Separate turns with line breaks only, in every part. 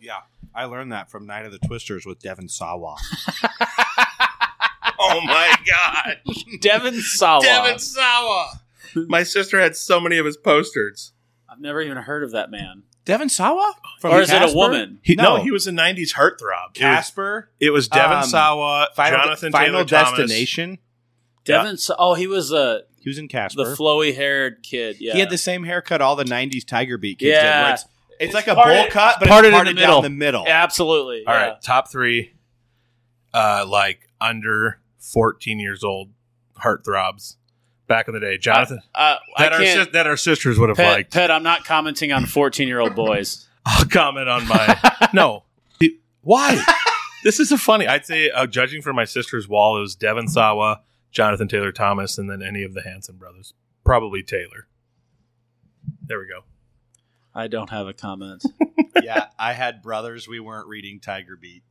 Yeah, I learned that from Night of the Twisters with Devin Sawa. oh my god,
Devin Sawa.
Devin Sawa! My sister had so many of his posters.
I've never even heard of that man.
Devin Sawa? From
or is it
Casper?
a woman?
He, no.
No.
he was a '90s heartthrob. It was,
Casper,
it was Devin
Um,
Sawa,
Final,
Jonathan Taylor
Final
Thomas.
Destination.
Devin. Sa- Oh, he was uh,
He was in
the
Casper.
flowy haired kid. Yeah.
He had the same haircut all the '90s Tiger Beat kids did.
Yeah.
where it's, it's like a
parted-
bowl cut, but
parted in the
it's parted
middle.
down the middle.
Absolutely.
All
yeah.
right, top three, uh, like under 14 years old heartthrobs back in the day. Jonathan,
Uh, I
that, our,
can't.
sis- that our sisters would have
Pet,
liked.
Pet, I'm not commenting on 14 year old boys.
I'll comment on my. no. It- why? this is a funny. I'd say, uh, judging from my sister's wall, it was Devin Sawa, Jonathan Taylor Thomas, and then any of the Hanson brothers. Probably Taylor. There we go.
I don't have a comment.
yeah, I had brothers. We weren't reading Tiger Beat.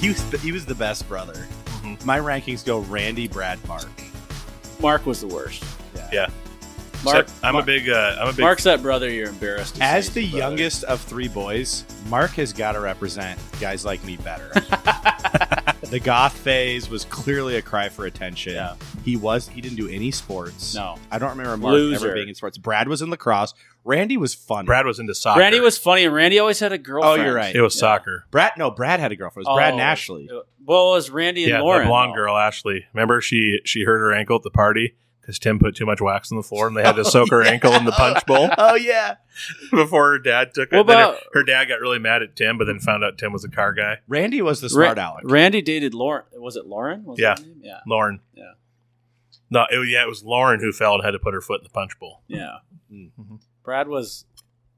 He was the, he was the best brother.
Mm-hmm.
Mhm.
My rankings go Randy, Brad, Mark.
Mark was the worst.
Yeah.
Mark,
So I'm a big. Uh, I'm a big.
Mark's that brother you're embarrassed to
As
say
the
he's your brother.
youngest of three boys, Mark has got to represent guys like me better. the goth phase was clearly a cry for attention.
Yeah.
He was he didn't do any sports.
No.
I don't remember Mark
Loser.
ever being in sports. Brad was in lacrosse. Randy was fun.
Brad was into soccer.
Randy was funny, and Randy always had a girlfriend.
Oh, you're right.
It was
Yeah.
soccer.
Brad no, Brad had a girlfriend. It was Brad
Oh,
and Ashley.
Well, it was Randy and
yeah,
Lauren.
the blonde
though.
girl Ashley. Remember she she hurt her ankle at the party because Tim put too much wax on the floor, and they had to soak her ankle in the punch bowl
oh yeah.
before her dad took
What
it. Then her-
about-
her, dad got really mad at Tim, but then found out Tim was a car guy.
Randy was the
Ra-
smart aleck.
Randy dated Lauren. Was it Lauren? Was
Yeah.
That her name? Yeah.
Lauren.
Yeah.
No, it, yeah, it was Lauren who fell and had to put her foot in the punch bowl.
Yeah.
Mhm.
Brad was.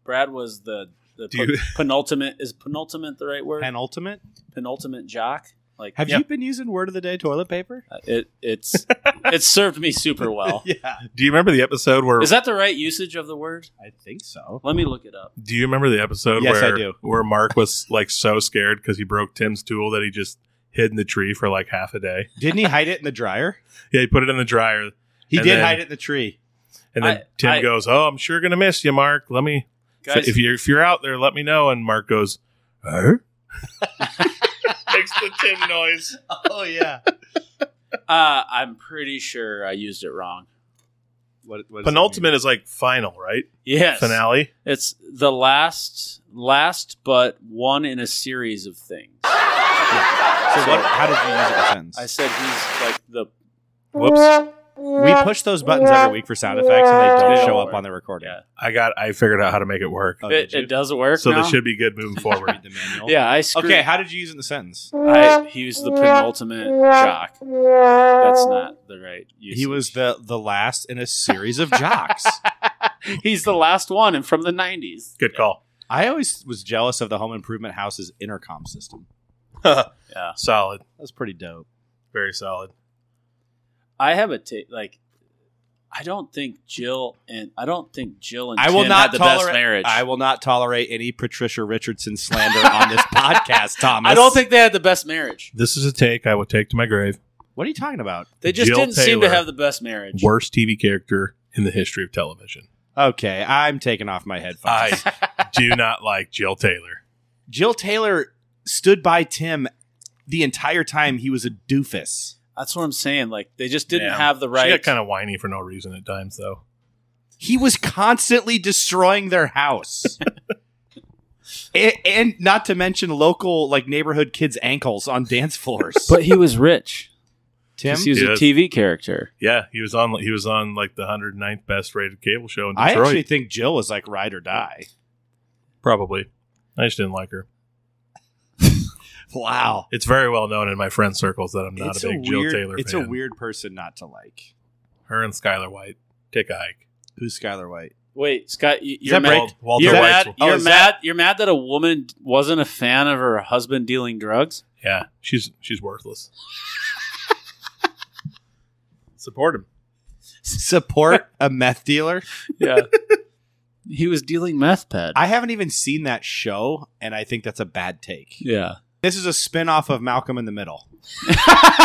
Brad was the the
Do you-
pe- penultimate. Is penultimate the right word?
Penultimate.
penultimate jock. Like
Have
Yeah.
you been using word of the day toilet paper?
uh, it. It's it served me super well.
Yeah.
Do you remember the episode where?
Is that the right usage of the word?
I think so.
Let me look it up.
do you remember the episode
Yes, I
where
do.
where Mark was like so scared because he broke Tim's tool that he just hid in the tree for like half a day?
Didn't he hide it in the dryer?
Yeah, he put it in the dryer.
He
And
did
then-
hide it in the tree.
And then
I-
Tim
I-
goes, "Oh, I'm sure gonna miss you, Mark. Let me if-
Guys,
if you're if you're out there, let me know." And Mark goes, "Huh?" Makes the Tim noise.
Oh yeah.
uh, I'm pretty sure I used it wrong.
What, what does it
Penultimate is like final, right?
Yes.
Finale.
It's the last, last but one in a series of things.
mean? So what, how did you use it in a sentence?
I said he's like the
Whoops.
we push those buttons every week for sound effects, and they
They
don't
don't
show
work.
up on the recording.
Yeah.
I got. I figured out how to make it work.
Oh,
it,
did you?
it doesn't work.
so
now?
this should be good moving forward.
Read the manual.
Yeah, I screwed.
Okay. How did you use it in the sentence?
I, he was the penultimate jock. That's not the right. Usage.
He was the the last in a series of jocks.
He's the last one, and from the '90s.
Good call.
I always was jealous of the Home Improvement House's intercom system.
Yeah.
Solid.
That's pretty dope.
Very solid.
I have a ta- like. I don't think Jill and I don't think Jill and
I will
Tim
not
had the best
tolerate-
marriage.
I will not tolerate any Patricia Richardson slander on this podcast, Thomas.
I don't think they had the best marriage.
This is a take I would take to my grave.
What are you talking about?
They just
Jill
didn't seem to
Taylor.
have the best marriage.
Worst TV character in the history of television.
Okay, I'm taking off my headphones.
I do not like Jill Taylor.
Jill Taylor stood by Tim the entire time he was a doofus.
That's what I'm saying. Like they just didn't
Yeah.
have the
She
right.
got kind of whiny for no reason at times, though.
He was constantly destroying their house. and, and not to mention local like neighborhood kids' ankles on dance floors.
but he was rich.
Tim,
He was
Yes.
a TV character.
Yeah, he was on. He was on like the 109th best rated cable show in
I
Detroit.
actually think Jill was like ride or die.
Probably. I just didn't like her.
Wow.
It's very well known in my friend circles that I'm not
it's
a
a,
big Jill
weird,
Taylor
it's
fan.
a weird person not to like.
her and Skylar White. Take a hike.
Who's Skylar White?
Wait, Scott, you, you're
that
mad.
Wal- Walter
You're
that-
White's-
mad.
Oh,
You're
is
mad. You're mad that a woman wasn't a fan of her husband dealing drugs.
Yeah, she's she's worthless. Support him.
Support a meth dealer.
Yeah, he was dealing meth ped.
I haven't even seen that show, and I think that's a bad take.
yeah,
This is a spin-off of Malcolm in the Middle.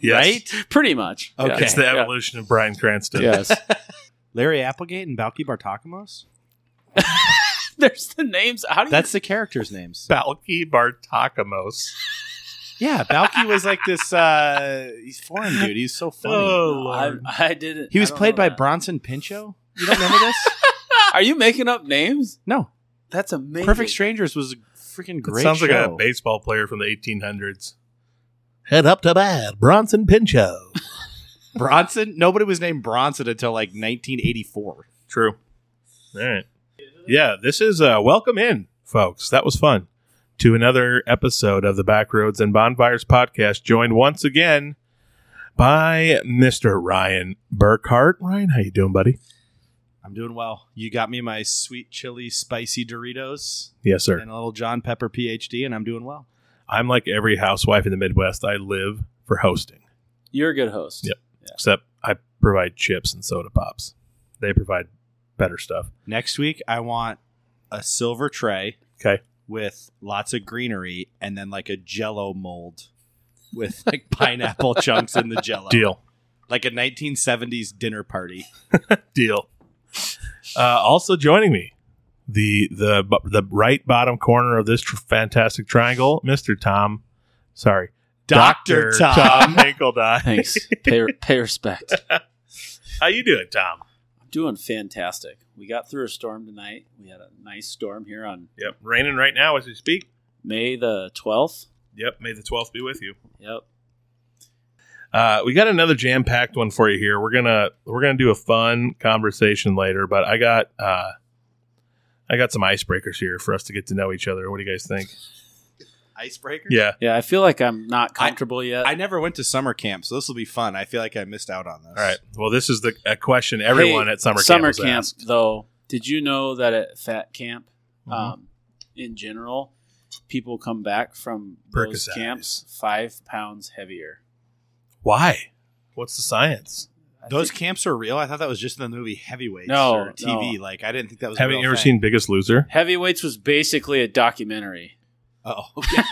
Yes.
Right?
pretty much.
Okay.
It's the
Yeah.
evolution of Brian Cranston.
Yes,
Larry Applegate and Balky Bartakamos?
there's the names. How do you?
That's the characters' names.
Balky Bartakamos.
Yeah, Balky was like this uh he's foreign dude. He's so funny.
Oh.
I, I didn't.
he
I
was
don't
played
know
by
that.
Bronson Pinchot. You don't remember this?
Are you making up names?
No.
That's amazing.
Perfect Strangers was a freaking
It
great
sounds like
show.
a baseball player from the 1800s. Head up to bat, Bronson Pinchot.
Bronson? Nobody was named Bronson until like 1984.
True. All right. Yeah, this is uh, welcome in, folks. That was fun to another episode of the Backroads and Bonfires podcast. Joined once again by Mister Ryan Burkhart. Ryan, how you doing, buddy?
I'm doing well. You got me my sweet chili spicy Doritos
Yes, sir.
and a little John Pepper PhD and I'm doing well.
I'm like every housewife in the Midwest. I live for hosting,
You're a good host.
Yep. except I provide chips and soda pops. They provide better stuff.
Next week, I want a silver tray.
Okay.
With lots of greenery and then like a jello mold with like pineapple chunks in the jello.
Deal.
Like a 1970s dinner party.
Deal. Uh, also joining me, the the bu- the right bottom corner of this tr- fantastic triangle, Mister Tom. Sorry,
Dr. Tom.
Hinkledine.
Thanks. pay, pay respect.
How you doing, Tom?
I'm doing fantastic. We got through a storm tonight. We had a nice storm here on
Yep, raining right now as we speak.
May the 12th.
Yep, May the twelfth be with you.
Yep.
Uh, we got another jam packed one for you here. We're gonna we're gonna do a fun conversation later, but I got uh, I got some icebreakers here for us to get to know each other. What do you guys think?
Icebreaker?
Yeah,
Yeah, I feel like I'm not
I-
comfortable yet.
I never went to summer camp, so this will be fun. I feel like I missed out on this.
all right. Well, this is the a question everyone
Hey,
at summer camp
summer
was
camp
asked.
though. Did you know that at fat camp,
Mhm.
um, in general, people come back from those
Percocets.
camps five pounds heavier.
Why? What's the science?
I
Those
think-
camps are real. I thought that was just in the movie Heavyweights
No,
or TV. Like I didn't think that was. a
Haven't
real
you ever
thing.
seen Biggest Loser?
heavyweights was basically a documentary.
Oh, okay.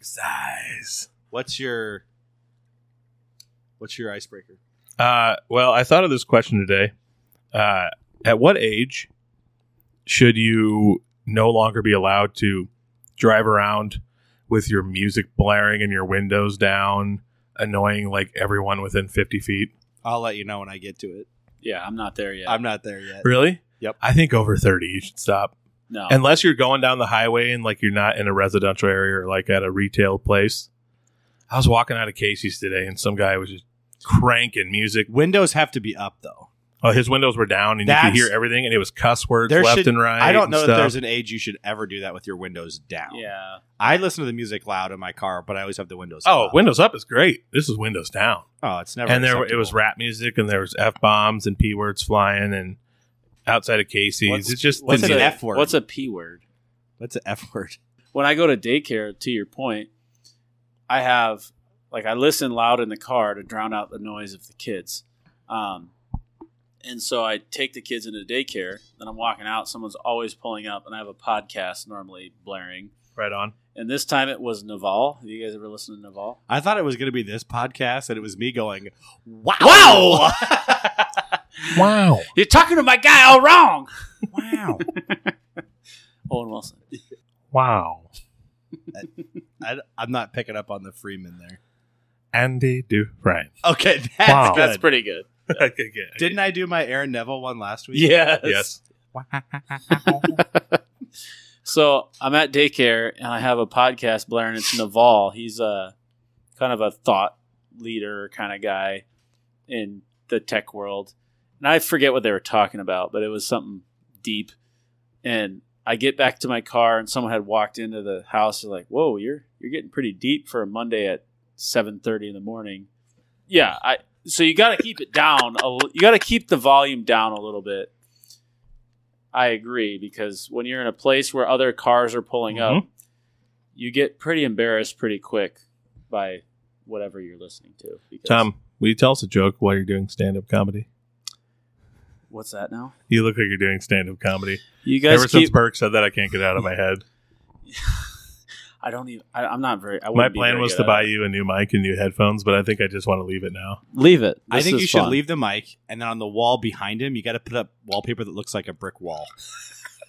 Size.
what's your What's your icebreaker?
Uh, well, I thought of this question today. Uh, at what age should you no longer be allowed to drive around with your music blaring and your windows down, annoying like everyone within 50 feet?
I'll let you know when I get to it.
Yeah, I'm not there yet.
I'm not there yet.
Really?
Yep.
I think over 30, you should stop.
no,
Unless you're going down the highway and like you're not in a residential area or like at a retail place. I was walking out of Casey's today and some guy was just cranking music.
Windows have to be up though.
Oh, his windows were down and you
That's-
could hear everything and it was cuss words
There
left
should-
and right.
I don't know
and
that
stuff.
there's an age you should ever do that with your windows down.
yeah,
I listen to the music loud in my car, but I always have the windows.
Oh,
up.
windows up is great. This is windows down.
oh, it's never.
And there it
acceptable.
was rap music and there was F bombs and P words flying and outside of Casey's.
What's-
it's just
what's
didn't
an
need it.
F word?
What's a p word?
That's an F word.
when I go to daycare, to your point, I have like I listen loud in the car to drown out the noise of the kids. Um, and so I take the kids into daycare. Then I'm walking out. Someone's always pulling up, and I have a podcast normally blaring.
right on.
And this time it was Naval. Have you guys ever listened to Naval?
I thought it was going to be this podcast, and it was me going, "Wow,
Wow!
Wow.
You're talking to my guy all wrong.
wow."
Owen Wilson.
Wow.
I, I'm not picking up on the Freeman there.
Andy Dufresne.
Okay, that's
Wow.
good.
That's pretty good.
okay, good.
Didn't I do my Aaron Neville one last week?
Yes.
Yes.
So I'm at daycare and I have a podcast blaring. It's Naval. He's uh, a kind of a thought leader kind of guy in the tech world. And I forget what they were talking about, but it was something deep. And I get back to my car and someone had walked into the house and like, whoa, you're you're getting pretty deep for a Monday at seven thirty in the morning. Yeah, I so you gotta keep it down a, li- you gotta keep the volume down a little bit. I agree because when you're in a place where other cars are pulling up, you get pretty embarrassed pretty quick by whatever you're listening to. because-
Tom, will you tell us a joke while you're doing stand up comedy?
what's that now?
You look like you're doing stand up comedy.
You guys
Ever
keep.
since Burke said that, I can't get it out of my head.
I don't even. I, I'm not very. I
my
wouldn't be
plan
very
was
good
to
at
buy
it.
you a new mic and new headphones, but I think I just want to leave it now.
Leave it.
I
This
think
is
you should
fun.
leave the mic, and then on the wall behind him, you got to put up wallpaper that looks like a brick wall.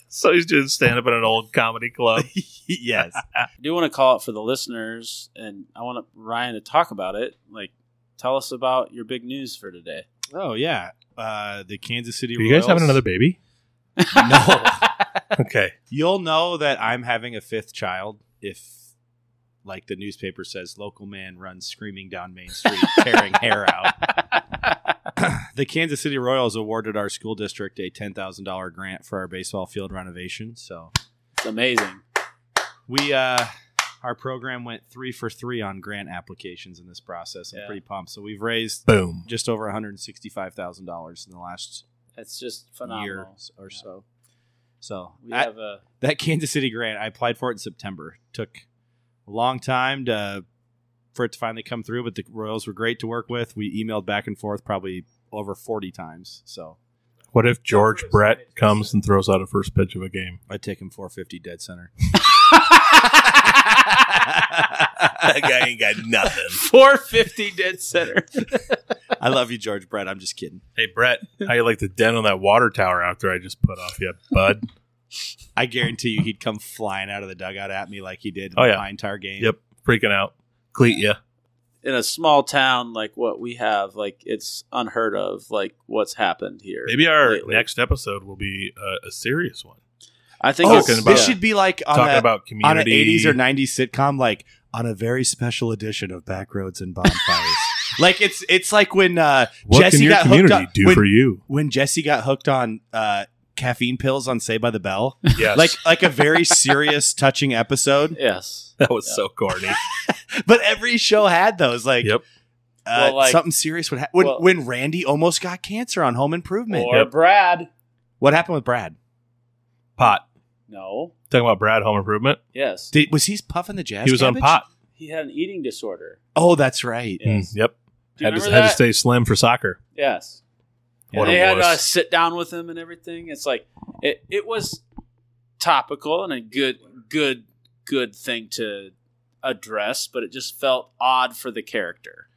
So he's doing stand up in an old comedy club.
yes.
I do want to call it for the listeners, and I want Ryan to talk about it. Like, tell us about your big news for today.
Oh yeah. Uh, the Kansas City.
Are you guys having
Royals-
another baby?
No.
Okay.
You'll know that I'm having a fifth child if, like the newspaper says, local man runs screaming down Main Street, tearing hair out. the Kansas City Royals awarded our school district a $10,000 grant for our baseball field renovation. So
it's amazing.
we, uh, our program went three for three on grant applications in this process. I'm
Yeah.
pretty pumped. So we've raised
Boom.
just over $165,000 in the last
It's just
year
phenomenal.
or
Yeah.
so. So
We
that-
have a
that Kansas City grant, I applied for it in September. Took a long time to for it to finally come through, but the Royals were great to work with. We emailed back and forth probably over 40 times. So
What if George Brett comes and throws out a first pitch of a game?
I'd take him 450 dead center.
That guy ain't got nothing.
450 dead center.
I love you, George Brett. I'm just kidding.
Hey Brett, how you like the dent on that water tower out there I just put off you, bud?
I guarantee you he'd come flying out of the dugout at me like he did in
Oh,
the
yeah.
Pine Tar game.
Yep, freaking out. Cleat ya.
In a small town like what we have, like it's unheard of. Like what's happened here.
Maybe our
Lately.
next episode will be a, a serious one,
I think
Oh,
it's-
Talking
this
about-
yeah.
should be like on,
talking
a,
about
on an
community
80s or 90s sitcom, like on a very special edition of Backroads and Bonfires. like it's it's like when uh,
What
Jesse
can your
got hooked
community
up
do
when-
for you?
when Jesse got hooked on uh, caffeine pills on Say by the Bell,
Yes,
like like a very serious, touching episode.
Yes.
that was
Yeah.
so corny.
But every show had those, like,
Yep.
uh,
Well, like-
something serious would happen. When,
Well-
when Randy almost got cancer on Home Improvement,
Or
Yep.
Brad.
what happened with Brad?
Pot.
No.
Talking about Brad Home Improvement.
Yes.
Did, was he puffing the jazz?
he was on
cabbage?
pot.
he had an eating disorder.
Oh, that's right.
Yes.
Mm, yep.
Hmm. Do you
Had to,
remember
had to
that?
stay slim for soccer.
Yes.
Yeah.
What
they
a
had uh,
wuss.
us sit down with him and everything. It's like it, it was topical and a good good good thing to address, but it just felt odd for the character.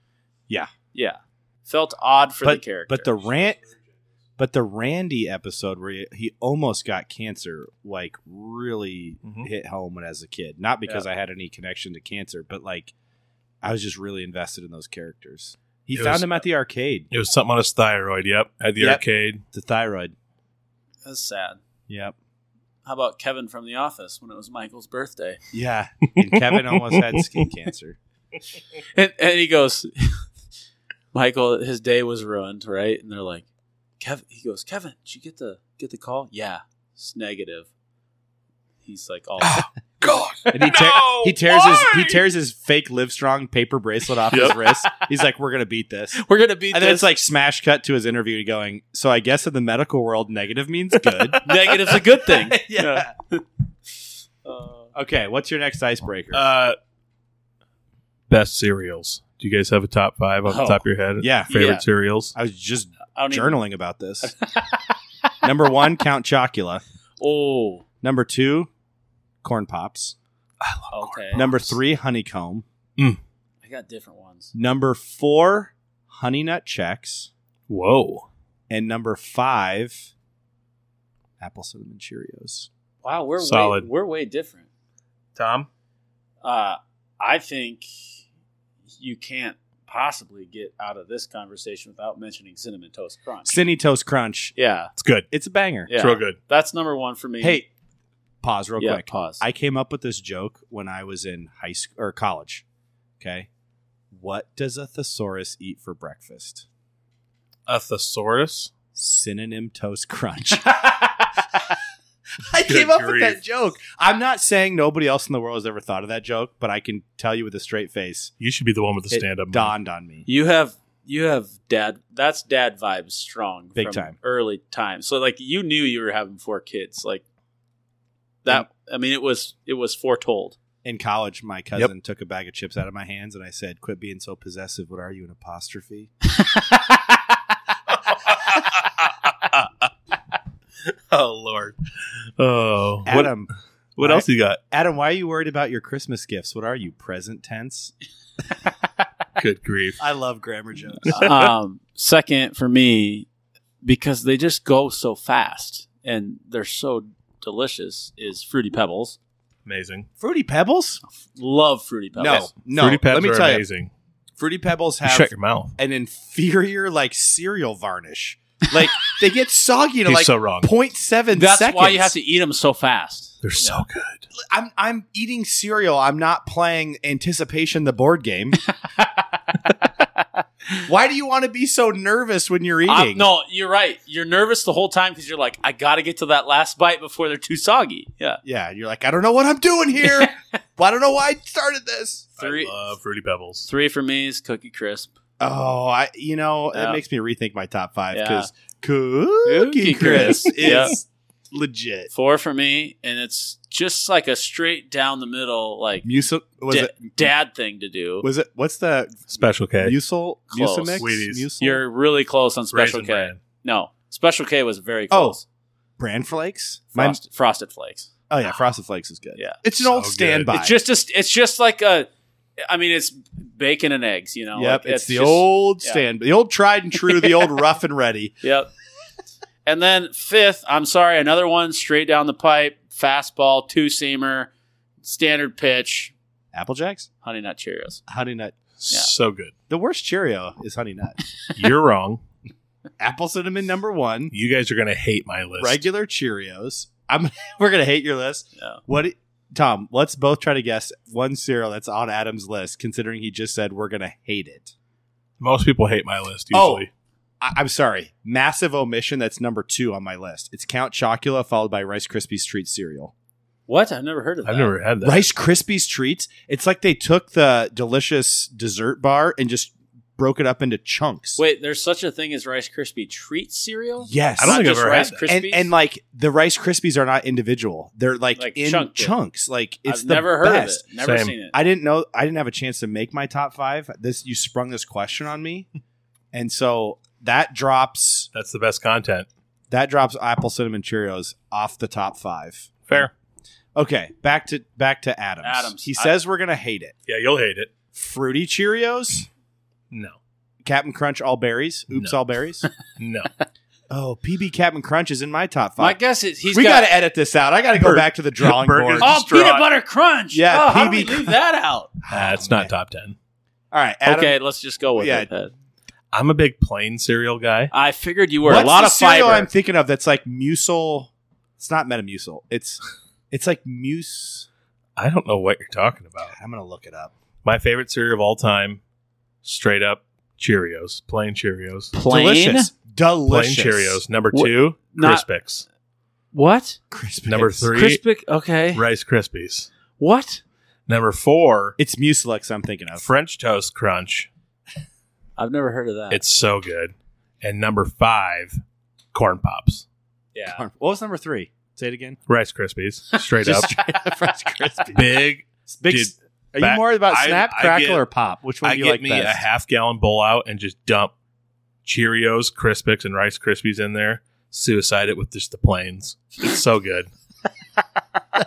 Yeah.
Yeah. Felt odd for the character.
But the rant, but the Randy episode where he, he almost got cancer, like really
Mhm.
hit home when as a kid. Not because I had any connection to cancer, but like I was just really invested in those characters. He
It
found
was-
them at the arcade,
It was something on his thyroid. Yep, at the
Yep.
arcade.
the thyroid.
that's sad.
Yep.
How about Kevin from The Office when it was Michael's birthday?
Yeah. And Kevin almost had skin cancer.
And, and he goes, Michael, his day was ruined, right? And they're like, Kevin. He goes, Kevin, did you get the get the call? Yeah, it's negative. He's like, all
Oh,
God,
And he, tear- he tears his he tears his fake Livestrong paper bracelet off his
Yep.
wrist. He's like, "We're gonna beat this."
we're gonna beat
And
this.
then it's like smash cut to his interview going, "So I guess in the medical world, negative means good."
negative's a good thing.
yeah.
Uh,
Okay, what's your next icebreaker?
Uh, best cereals. Do you guys have a top five off the
Oh.
top of your head?
yeah,
Favorite
Yeah.
cereals?
I was just
I don't even.
journaling about this. Number one, Count Chocula.
Oh,
Number two, Corn Pops.
okay.
Number three, Honeycomb.
I got different ones.
Number four, Honey Nut Checks.
Whoa.
And number five, Apple Cinnamon Cheerios.
Wow, we're
Solid.
Way, we're way different.
Tom?
Uh, I think you can't possibly get out of this conversation without mentioning cinnamon toast crunch.
Cinny Toast Crunch.
yeah,
It's good.
It's a banger.
yeah.
It's real good.
That's number one for me.
Hey, pause real
yeah,
quick.
pause.
I came up with this joke when I was in high school or college. Okay. What does a thesaurus eat for breakfast?
A thesaurus.
Synonym toast crunch. I came up with
grief.
that joke. I'm not saying nobody else in the world has ever thought of that joke, but I can tell you with a straight face,
You should be the one with the
it
stand up.
dawned on me.
You have you have dad. That's dad vibes strong,
Big
from
time.
early time. So like you knew you were having four kids, like that. I mean, it was it was foretold.
In college, my cousin took a bag of chips out of my hands, and I said, "Quit being so possessive. What are you, an apostrophe?"
oh Lord. Oh, what
Adam,
what
why-
else you got?
Adam, why are you worried about your Christmas gifts? What are you, present tense?
Good grief.
I love grammar jokes.
um, second for me, because they just go so fast and they're so delicious, is fruity pebbles.
Amazing.
Fruity Pebbles?
Love fruity
No,
pebbles.
no.
Fruity Pebs
Let me
are
tell you,
amazing.
Fruity Pebbles
You
have
shut your mouth.
an inferior like cereal varnish. Like they get soggy to
He's
like
so wrong.
0.7
That's
seconds.
why you have to eat them so fast.
They're so good.
I'm I'm eating cereal. I'm not playing Anticipation the board game. why do you want to be so nervous when you're eating?
Uh, no, you're right. You're nervous the whole time because you're like, I got to get to that last bite before they're too soggy. Yeah.
Yeah, you're like, I don't know what I'm doing here. well, I don't know why I started this.
Three-
I love Fruity Pebbles.
Three for me is Cookie Crisp.
Oh, I you know
Yeah.
that makes me rethink my top five
Yeah.
because Cookie
Cookie
Crisp
Crisp.
is
Yeah.
legit.
Four for me, and it's just like a straight down the middle, like
Musil was
da-
it
dad thing to do.
was it what's the
Special K.
Musil
Close.
Musimix?
Wheaties.
Musil?
You're really close on Special
Raisin
K.
Bran.
No, Special K was very
Oh,
close.
bran flakes. My,
Frost- Frosted Flakes.
oh yeah, frosted flakes is good.
Yeah.
it's an
So
old
good.
standby.
It's just a, it's just like a, I mean, it's bacon and eggs. You know.
yep,
Like,
it's, the
just-
old
yeah.
stand, the old tried and true, the old rough and ready.
Yep. and then fifth, I'm sorry, another one straight down the pipe, fastball, two seamer, standard pitch,
Apple Jacks,
Honey Nut Cheerios.
honey nut.
So good.
The worst Cheerio is honey nut.
You're wrong.
Apple cinnamon number one.
You guys are gonna hate my list.
Regular Cheerios. I'm. we're gonna hate your list.
Yeah.
What, Tom? Let's both try to guess one cereal that's on Adam's list, considering he just said we're gonna hate it.
Most people hate my list
Oh.
usually.
I- I'm sorry, massive omission. That's number two on my list. It's Count Chocula followed by Rice Krispies treat cereal.
What? I've never heard of that.
I've never had that.
Rice Krispies treats. It's like they took the delicious dessert bar and just broke it up into chunks.
Wait, there's such a thing as Rice Krispie treat cereal?
Yes,
I don't think I've
just
ever
Rice
had
Krispies.
and and like the Rice Krispies are not individual; they're like,
Like
in
chunked.
chunks. Like it's
I've
the
never heard
best.
of it. Never
Same.
seen it.
I didn't know. I didn't have a chance to make my top five. This you sprung this question on me, and so that drops
That's the best content.
that drops apple cinnamon Cheerios off the top five.
Fair.
Okay, back to back to Adams.
Adams.
He
I-
says we're gonna hate it.
Yeah, you'll hate it.
Fruity Cheerios,
No.
Captain Crunch all berries. Oops,
No.
all berries.
No.
oh, PB Captain Crunch is in my top
My
five.
guess is he's
we
got,
got to edit this out. I got to go
Bur-
back to the drawing board.
burgers.
oh peanut
distraught.
butter crunch.
Yeah,
oh, how do we
PB
leave that out?
Uh, it's
man.
not top 10.
Oh, All right, Adam,
okay, let's just go with
Yeah.
it.
I'm a big plain cereal guy.
I figured you were
what's
a lot
the
of
cereal
fiber.
I'm thinking of that's like musil. It's not Metamucil. It's it's like muse.
I don't know what you're talking about.
I'm gonna look it up.
My favorite cereal of all time, straight up Cheerios, plain Cheerios.
Plain?
Delicious, delicious.
Plain Cheerios. Number
What-
two,
not-
Crispix.
What?
Crispy.
Number three,
Crispic. Okay.
Rice Krispies.
What?
Number four,
It's Mucilex I'm thinking of.
French Toast Crunch.
I've never heard of that.
It's so good. And number five, Corn Pops.
yeah.
What was number three? Say it again.
Rice Krispies, straight up.
French Crispy.
Big.
Big,
Dude,
are you
back-
more about
I-
snap,
I
crackle,
get-
or pop? Which one
I
do you
get
like
me a
best?
half gallon bowl out and just dump Cheerios, Crispix, and Rice Krispies in there. Suicide it with just the plains. It's so good.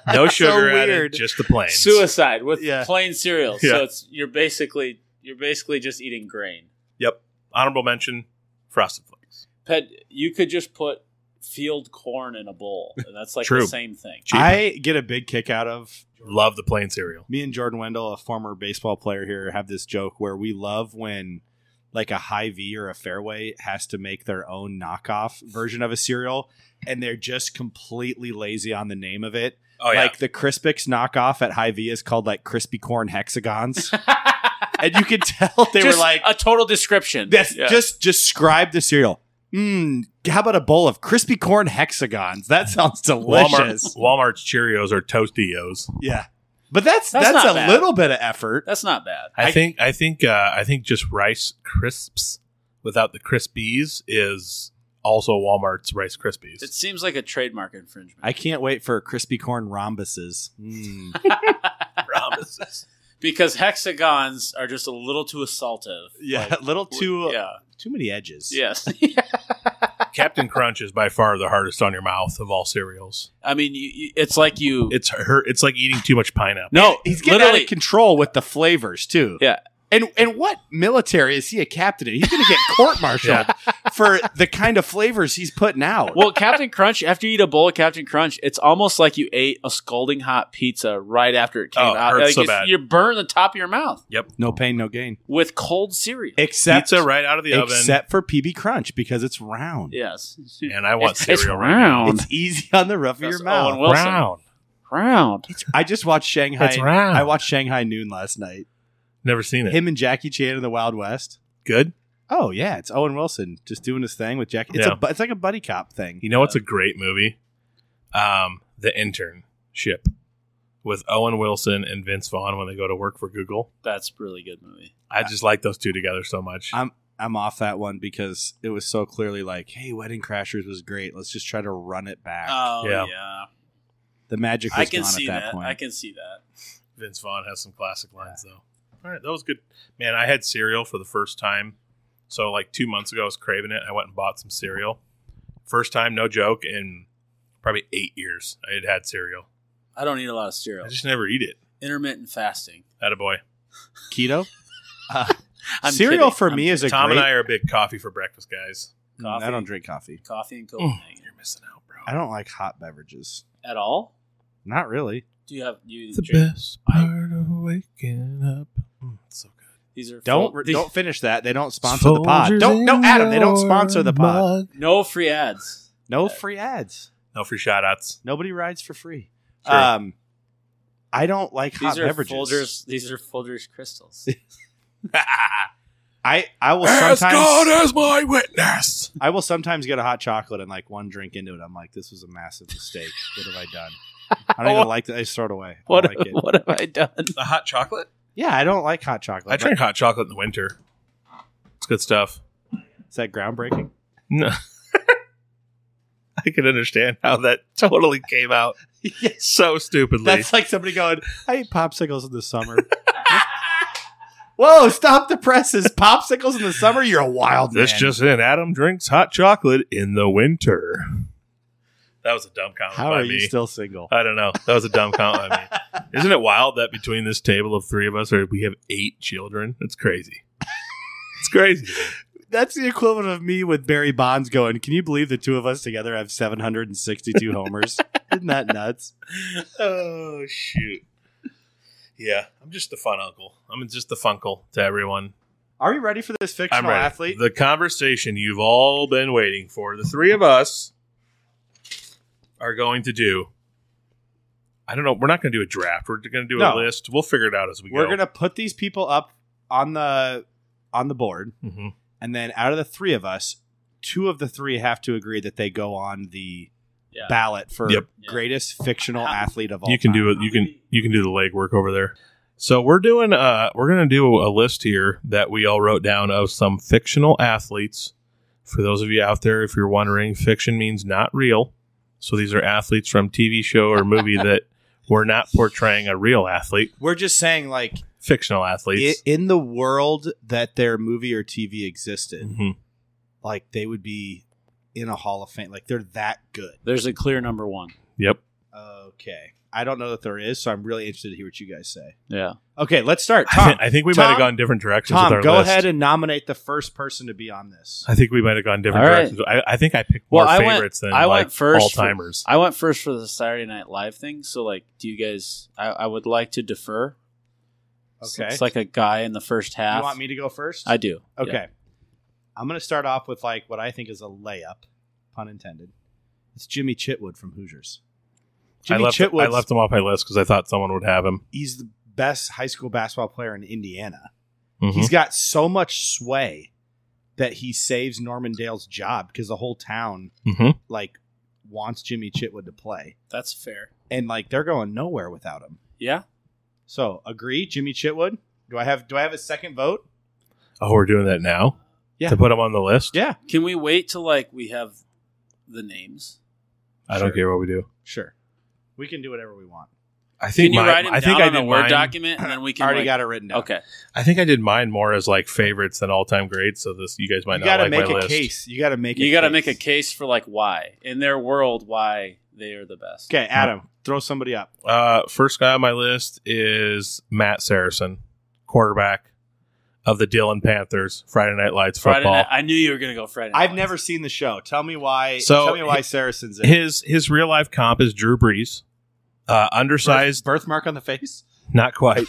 No
so
sugar added,
weird.
just the plains.
Suicide with
Yeah.
plain cereal.
Yeah.
So it's you're basically you're basically just eating grain.
Yep. Honorable mention: Frosted Flakes.
Pet, you could just put field corn in a bowl, and that's like the
True.
same thing.
Cheap.
I get a big kick out of
Love the plain cereal.
me and Jordan Wendell, a former baseball player here, have this joke where we love when like a high V or a fairway has to make their own knockoff version of a cereal, and they're just completely lazy on the name of it.
Oh
like the Crispix knockoff at High V is called like crispy corn hexagons. and you could tell they
Just
were like,
a total description.
That's
Yeah.
just describe the cereal. Mm, how about a bowl of crispy corn hexagons? That sounds
Walmart,
delicious.
Walmart's Cheerios are Tostitos.
Yeah, but that's
That's
that's,
not
a
bad.
little bit of effort.
that's not bad.
I,
I-
think I think uh, I think just Rice Crisps without the crispies is also Walmart's Rice Krispies.
It seems like a trademark infringement.
I can't wait for crispy corn rhombuses. Mm.
promises.
because hexagons are just a little too assaultive.
Yeah,
Like,
a little too uh,
yeah,
too many edges.
yes.
Captain Crunch is by far the hardest on your mouth of all cereals.
I mean, you, you- it's like you.
It's hurt. It's like eating too much pineapple.
no,
he's getting
literally,
out of control with the flavors too.
Yeah.
and and what military is he a captain in? He's going to get court martialed for the kind of flavors he's putting out.
Well, Captain Crunch. After you eat a bowl of Captain Crunch, it's almost like you ate a scalding hot pizza right after it came
Oh, it
out.
hurts
Like,
so
it's-
bad.
You burn the top of your mouth
no pain, no gain.
with cold cereal.
Except
Pizza right out of the oven.
except for PB Crunch because it's round.
yes,
And I want
It's-
cereal
it's
right now.
round.
It's easy on the rough of
That's
your mouth.
Owen Wilson.
Round.
round.
I just watched Shanghai.
It's round.
I watched Shanghai Noon last night.
Never seen it.
Him and Jackie Chan in the Wild West.
Good.
Oh yeah, it's Owen Wilson just doing his thing with Jackie. It's
Yeah.
a bu- it's like a buddy cop thing.
You know what's a great movie? Um, The Internship with Owen Wilson and Vince Vaughn when they go to work for Google.
That's a really good movie.
I just like those two together so much.
I'm- I'm off that one because it was so clearly like, hey, Wedding Crashers was great. Let's just try to run it back.
Oh yeah,
Yeah.
the magic
I
was
can
gone
see
at that,
that.
point.
I can see that.
Vince Vaughn has some classic lines though. All right, that was good. Man, I had cereal for the first time. So like two months ago, I was craving it. I went and bought some cereal. First time, no joke, in probably eight years, I had had cereal.
I don't eat a lot of cereal.
I just never eat it.
Intermittent fasting.
At a boy.
Keto. Uh,
I'm
cereal
kidding.
for
I'm
me is a
Tom
great.
and I are big coffee for breakfast guys.
Mm, I don't drink coffee.
coffee and Copenhagen
You're missing out, bro.
I don't like hot beverages.
at all.
Not really.
Do you have you
It's the
drink?
best part of waking up. Mm, it's so good.
These are
Don't
full-
don't finish that. They don't sponsor the pod. Don't no Adam. They don't sponsor the pod.
no free ads.
No free ads.
No free shout outs.
Nobody rides for free.
Sure.
Um, I don't like hot
These are
beverages.
Folgers. These are Folgers crystals.
I I will sometimes
is my witness.
I will sometimes get a hot chocolate and like one drink into it. I'm like, this was a massive mistake. What have I done? I don't even like that. I just throw it away. I
what
don't like it.
what have I done?
The hot chocolate?
Yeah, I don't like hot chocolate.
I drink hot chocolate in the winter. It's good stuff.
Is that groundbreaking?
No. I can understand how that totally came out
yes.
so stupidly.
That's like somebody going, I eat popsicles in the summer. Whoa, stop the presses. Popsicles in the summer? You're a wild
this
man.
just in. Adam drinks hot chocolate in the winter. That was a dumb comment
How
by
are
me.
you still single?
I don't know. That was a dumb comment by me. Isn't it wild that between this table of three of us, or we have eight children? It's crazy. It's crazy.
That's the equivalent of me with Barry Bonds going, Can you believe the two of us together have 762 homers? Isn't that nuts?
oh shoot. Yeah, I'm just the fun uncle. I'm just the funkle to everyone.
Are you ready for this
I'm
fictional
ready.
athlete?
The conversation you've all been waiting for. The three of us are going to do. I don't know. We're not going to do a draft. We're going to do a
No.
list. We'll figure it out as we
We're
go.
going to put these people up on the on the board,
hmm
and then out of the three of us, two of the three have to agree that they go on the
Yeah.
ballot for
Yep.
greatest fictional
How-
athlete of all
You can
time.
do it. You can you can do the legwork over there. So we're doing. Uh, we're going to do a list here that we all wrote down of some fictional athletes. For those of you out there, if you're wondering, fiction means not real. So these are athletes from TV show or movie that we're not portraying a real athlete,
We're just saying, like,
fictional athletes.
i in the world that their movie or TV existed,
Mhm.
like, they would be in a Hall of Fame. Like, they're that good.
There's a clear number one.
Yep.
Okay. I don't know that there is, so I'm really interested to hear what you guys say.
Yeah.
Okay, let's start.
I,
Tom,
thi- I think we might have
Tom?
gone different directions with
Tom
our
go
list.
ahead and nominate the first person to be on this.
I think we might have gone different
All right.
directions. I, I think I picked
Well,
more
I went-
favorites than
I
like
went first for-
all timers.
I went first for the Saturday Night Live thing. So like, do you guys? I, I would like to defer. So
Okay.
It's like a guy in the first half.
you want me to go first?
I do.
Okay.
Yeah.
I'm going to start off with, like, what I think is a layup, pun intended. It's Jimmy Chitwood from Hoosiers.
I
Jimmy
left, I
Chitwood's-
left him off my list because I thought someone would have him.
he's the best high school basketball player in Indiana.
Mm-hmm.
He's got so much sway that he saves Norman Dale's job because the whole town
Mhm.
like wants Jimmy Chitwood to play,
That's fair.
and like they're going nowhere without him.
Yeah.
So agree, Jimmy Chitwood. Do I have do I have a second vote?
Oh, we're doing that now.
Yeah.
To put him on the list.
Yeah,
Can we wait till like we have the names?
I don't
Sure.
care what we do.
sure. We can do whatever we want.
I think
Can you
my-
write them
I think
down
I
on a
did
Word
mine-
document and then we can
already
like-
got it written down.
Okay.
I think I did mine more as like favorites than all time greats. So this you guys might
you
not
gotta
like
make
my
a
list.
case. You gotta make.
you
a
got to
case.
make a case for like why in their world why they are the best.
Okay, Adam, throw somebody up.
Uh, first guy on my list is Matt Saracen, quarterback of the Dillon Panthers, Friday Night Lights
Friday
football.
night. I knew you were going to go Friday. Night
I've
Lights.
never seen the show. Tell me why.
So,
tell me why Saracen's in.
His his real life comp is Drew Brees, uh, undersized,
birthmark on the face.
not quite,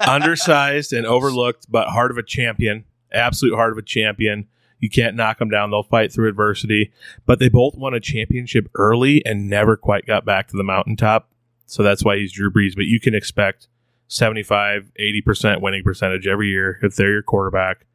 undersized and overlooked, but heart of a champion, absolute heart of a champion. You can't knock them down; they'll fight through adversity. But they both won a championship early and never quite got back to the mountaintop. So that's why he's Drew Brees. But you can expect 75, 80% winning percentage every year if they're your quarterback.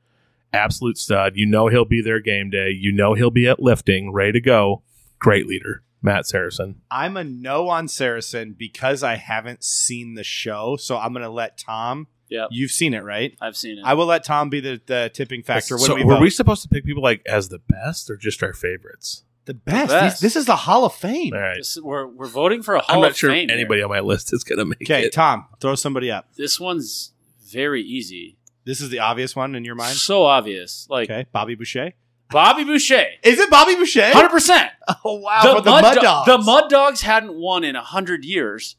Absolute stud. You know he'll be there game day. You know he'll be at lifting, ready to go. Great leader, Matt Saracen.
I'm a no on Saracen because I haven't seen the show. So I'm going to let Tom.
Yep.
You've seen it, right?
I've seen it.
I will let Tom be the, the tipping factor. When
so
we
were
vote.
we supposed to pick people like as the best or just our favorites?
the best?
best.
These- this is the Hall of Fame.
All right.
This- we're we're voting for a Hall
I'm not
of
sure
Fame
if
here.
anybody on my list is going to make
Okay,
it.
Tom, throw somebody up.
This one's very easy.
This is the obvious one in your mind.
So obvious. Like
Okay, Bobby Boucher.
Bobby Boucher.
Is it Bobby Boucher?
100%.
Oh wow, the, the Mud,
Do-
Dogs.
The Mud Dogs hadn't won in 100 years.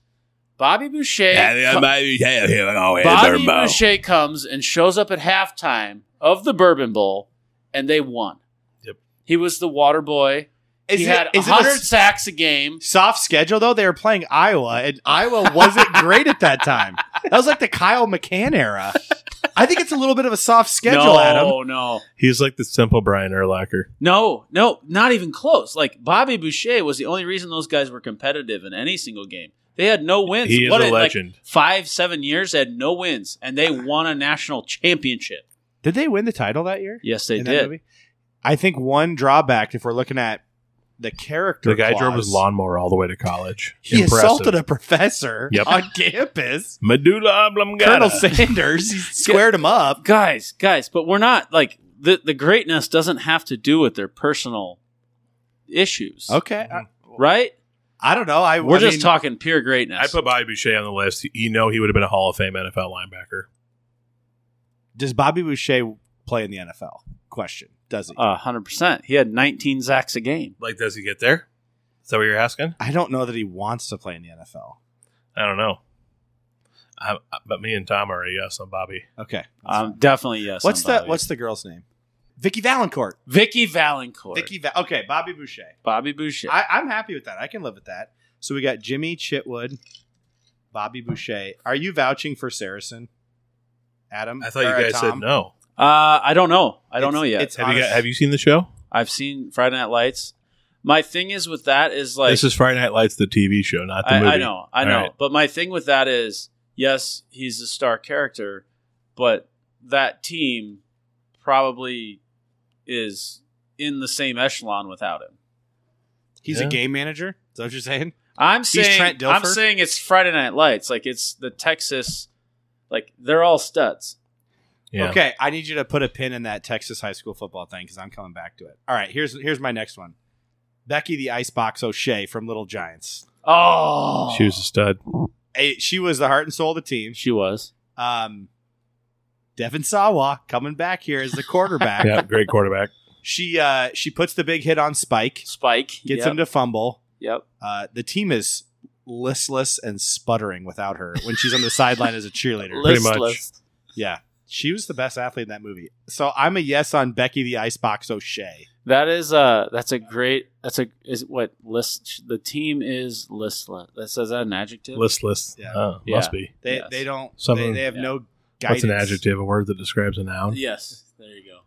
Bobby Boucher Bobby Boucher comes and shows up at halftime of the Bourbon Bowl, and they won.
Yep.
He was the water boy.
Is
he
it-
had
is it a
100
s-
sacks a game.
soft schedule though? They were playing Iowa, and Iowa wasn't great at that time. That was like the Kyle McCann era. I think it's a little bit of a soft schedule,
no,
Adam.
no,
He's like the simple Brian Erlacher.
no, no, not even close. Like Bobby Boucher was the only reason those guys were competitive in any single game. They had no wins.
He is
What,
a
in, like,
legend.
five, seven years they had no wins, and they won a national championship.
Did they win the title that year?
Yes, they
in that
did.
movie? I think one drawback, if we're looking at the character,
the guy
clause,
drove his lawnmower all the way to college.
He assaulted a professor
Yep.
on campus.
medulla oblongata.
Colonel Sanders he squared him up.
guys, guys, but we're not like the the greatness doesn't have to do with their personal issues,
Okay, I,
right?
I don't know. I
We're
I
just
mean,
talking pure
I
greatness.
put Bobby Boucher on the list. You know he would have been a Hall of Fame NFL linebacker.
Does Bobby Boucher play in the NFL? Question. Does he?
A hundred percent. He had 19 sacks a game.
Like, does he get there? Is that what you're asking?
I don't know that he wants to play in the NFL.
I don't know. I, I- but me and Tom are a yes on Bobby.
Okay.
Um, definitely yes.
what's
on
the
Bobby.
What's the girl's name? Vicky Valancourt.
Vicky Valancourt?
Vicky. Va- okay, Bobby Boucher.
Bobby Boucher.
I, I'm happy with that. I can live with that. So we got Jimmy Chitwood, Bobby Boucher. Are you vouching for Saracen, Adam?
I thought you
Or, uh,
guys said
Tom?
no.
uh, I don't know. I don't know yet.
It's
Have you
honest-
got, have you seen the show?
I've seen Friday Night Lights. My thing is with that is like
this is Friday Night Lights, the TV show, not the
I,
movie.
I know, I
All
know.
right.
But my thing with that is, yes, he's a star character, but that team probably is in the same echelon without him.
He's a
Yeah.
game manager. Is that what you're saying?
I'm saying,
Trent Dilfer?
I'm saying it's Friday Night Lights. Like it's the Texas, like they're all studs.
Yeah.
Okay, I need you to put a pin in that Texas high school football thing because I'm coming back to it. All right, here's here's my next one. Becky the Icebox O'Shea from Little Giants.
Oh,
She was a stud.
Hey, she was the heart and soul of the team.
She was.
Um, Devin Sawa coming back here as the quarterback.
Yeah, great quarterback.
She uh, she puts the big hit on Spike,
Spike
gets
yep.
him to fumble.
Yep.
Uh, the team is listless and sputtering without her when she's on the sideline as a cheerleader.
Pretty much.
Listless.
Yeah, she was the best athlete in that movie. So I'm a yes on Becky the Icebox O'Shea.
That is uh that's a great that's a is what list the team is listless. That says that an adjective?
Listless.
Yeah.
Oh,
Yeah.
Must be.
They
Yes.
they don't they,
Something-
they have
Yeah.
no guidance.
What's an adjective? A word that describes a noun?
Yes, there you go.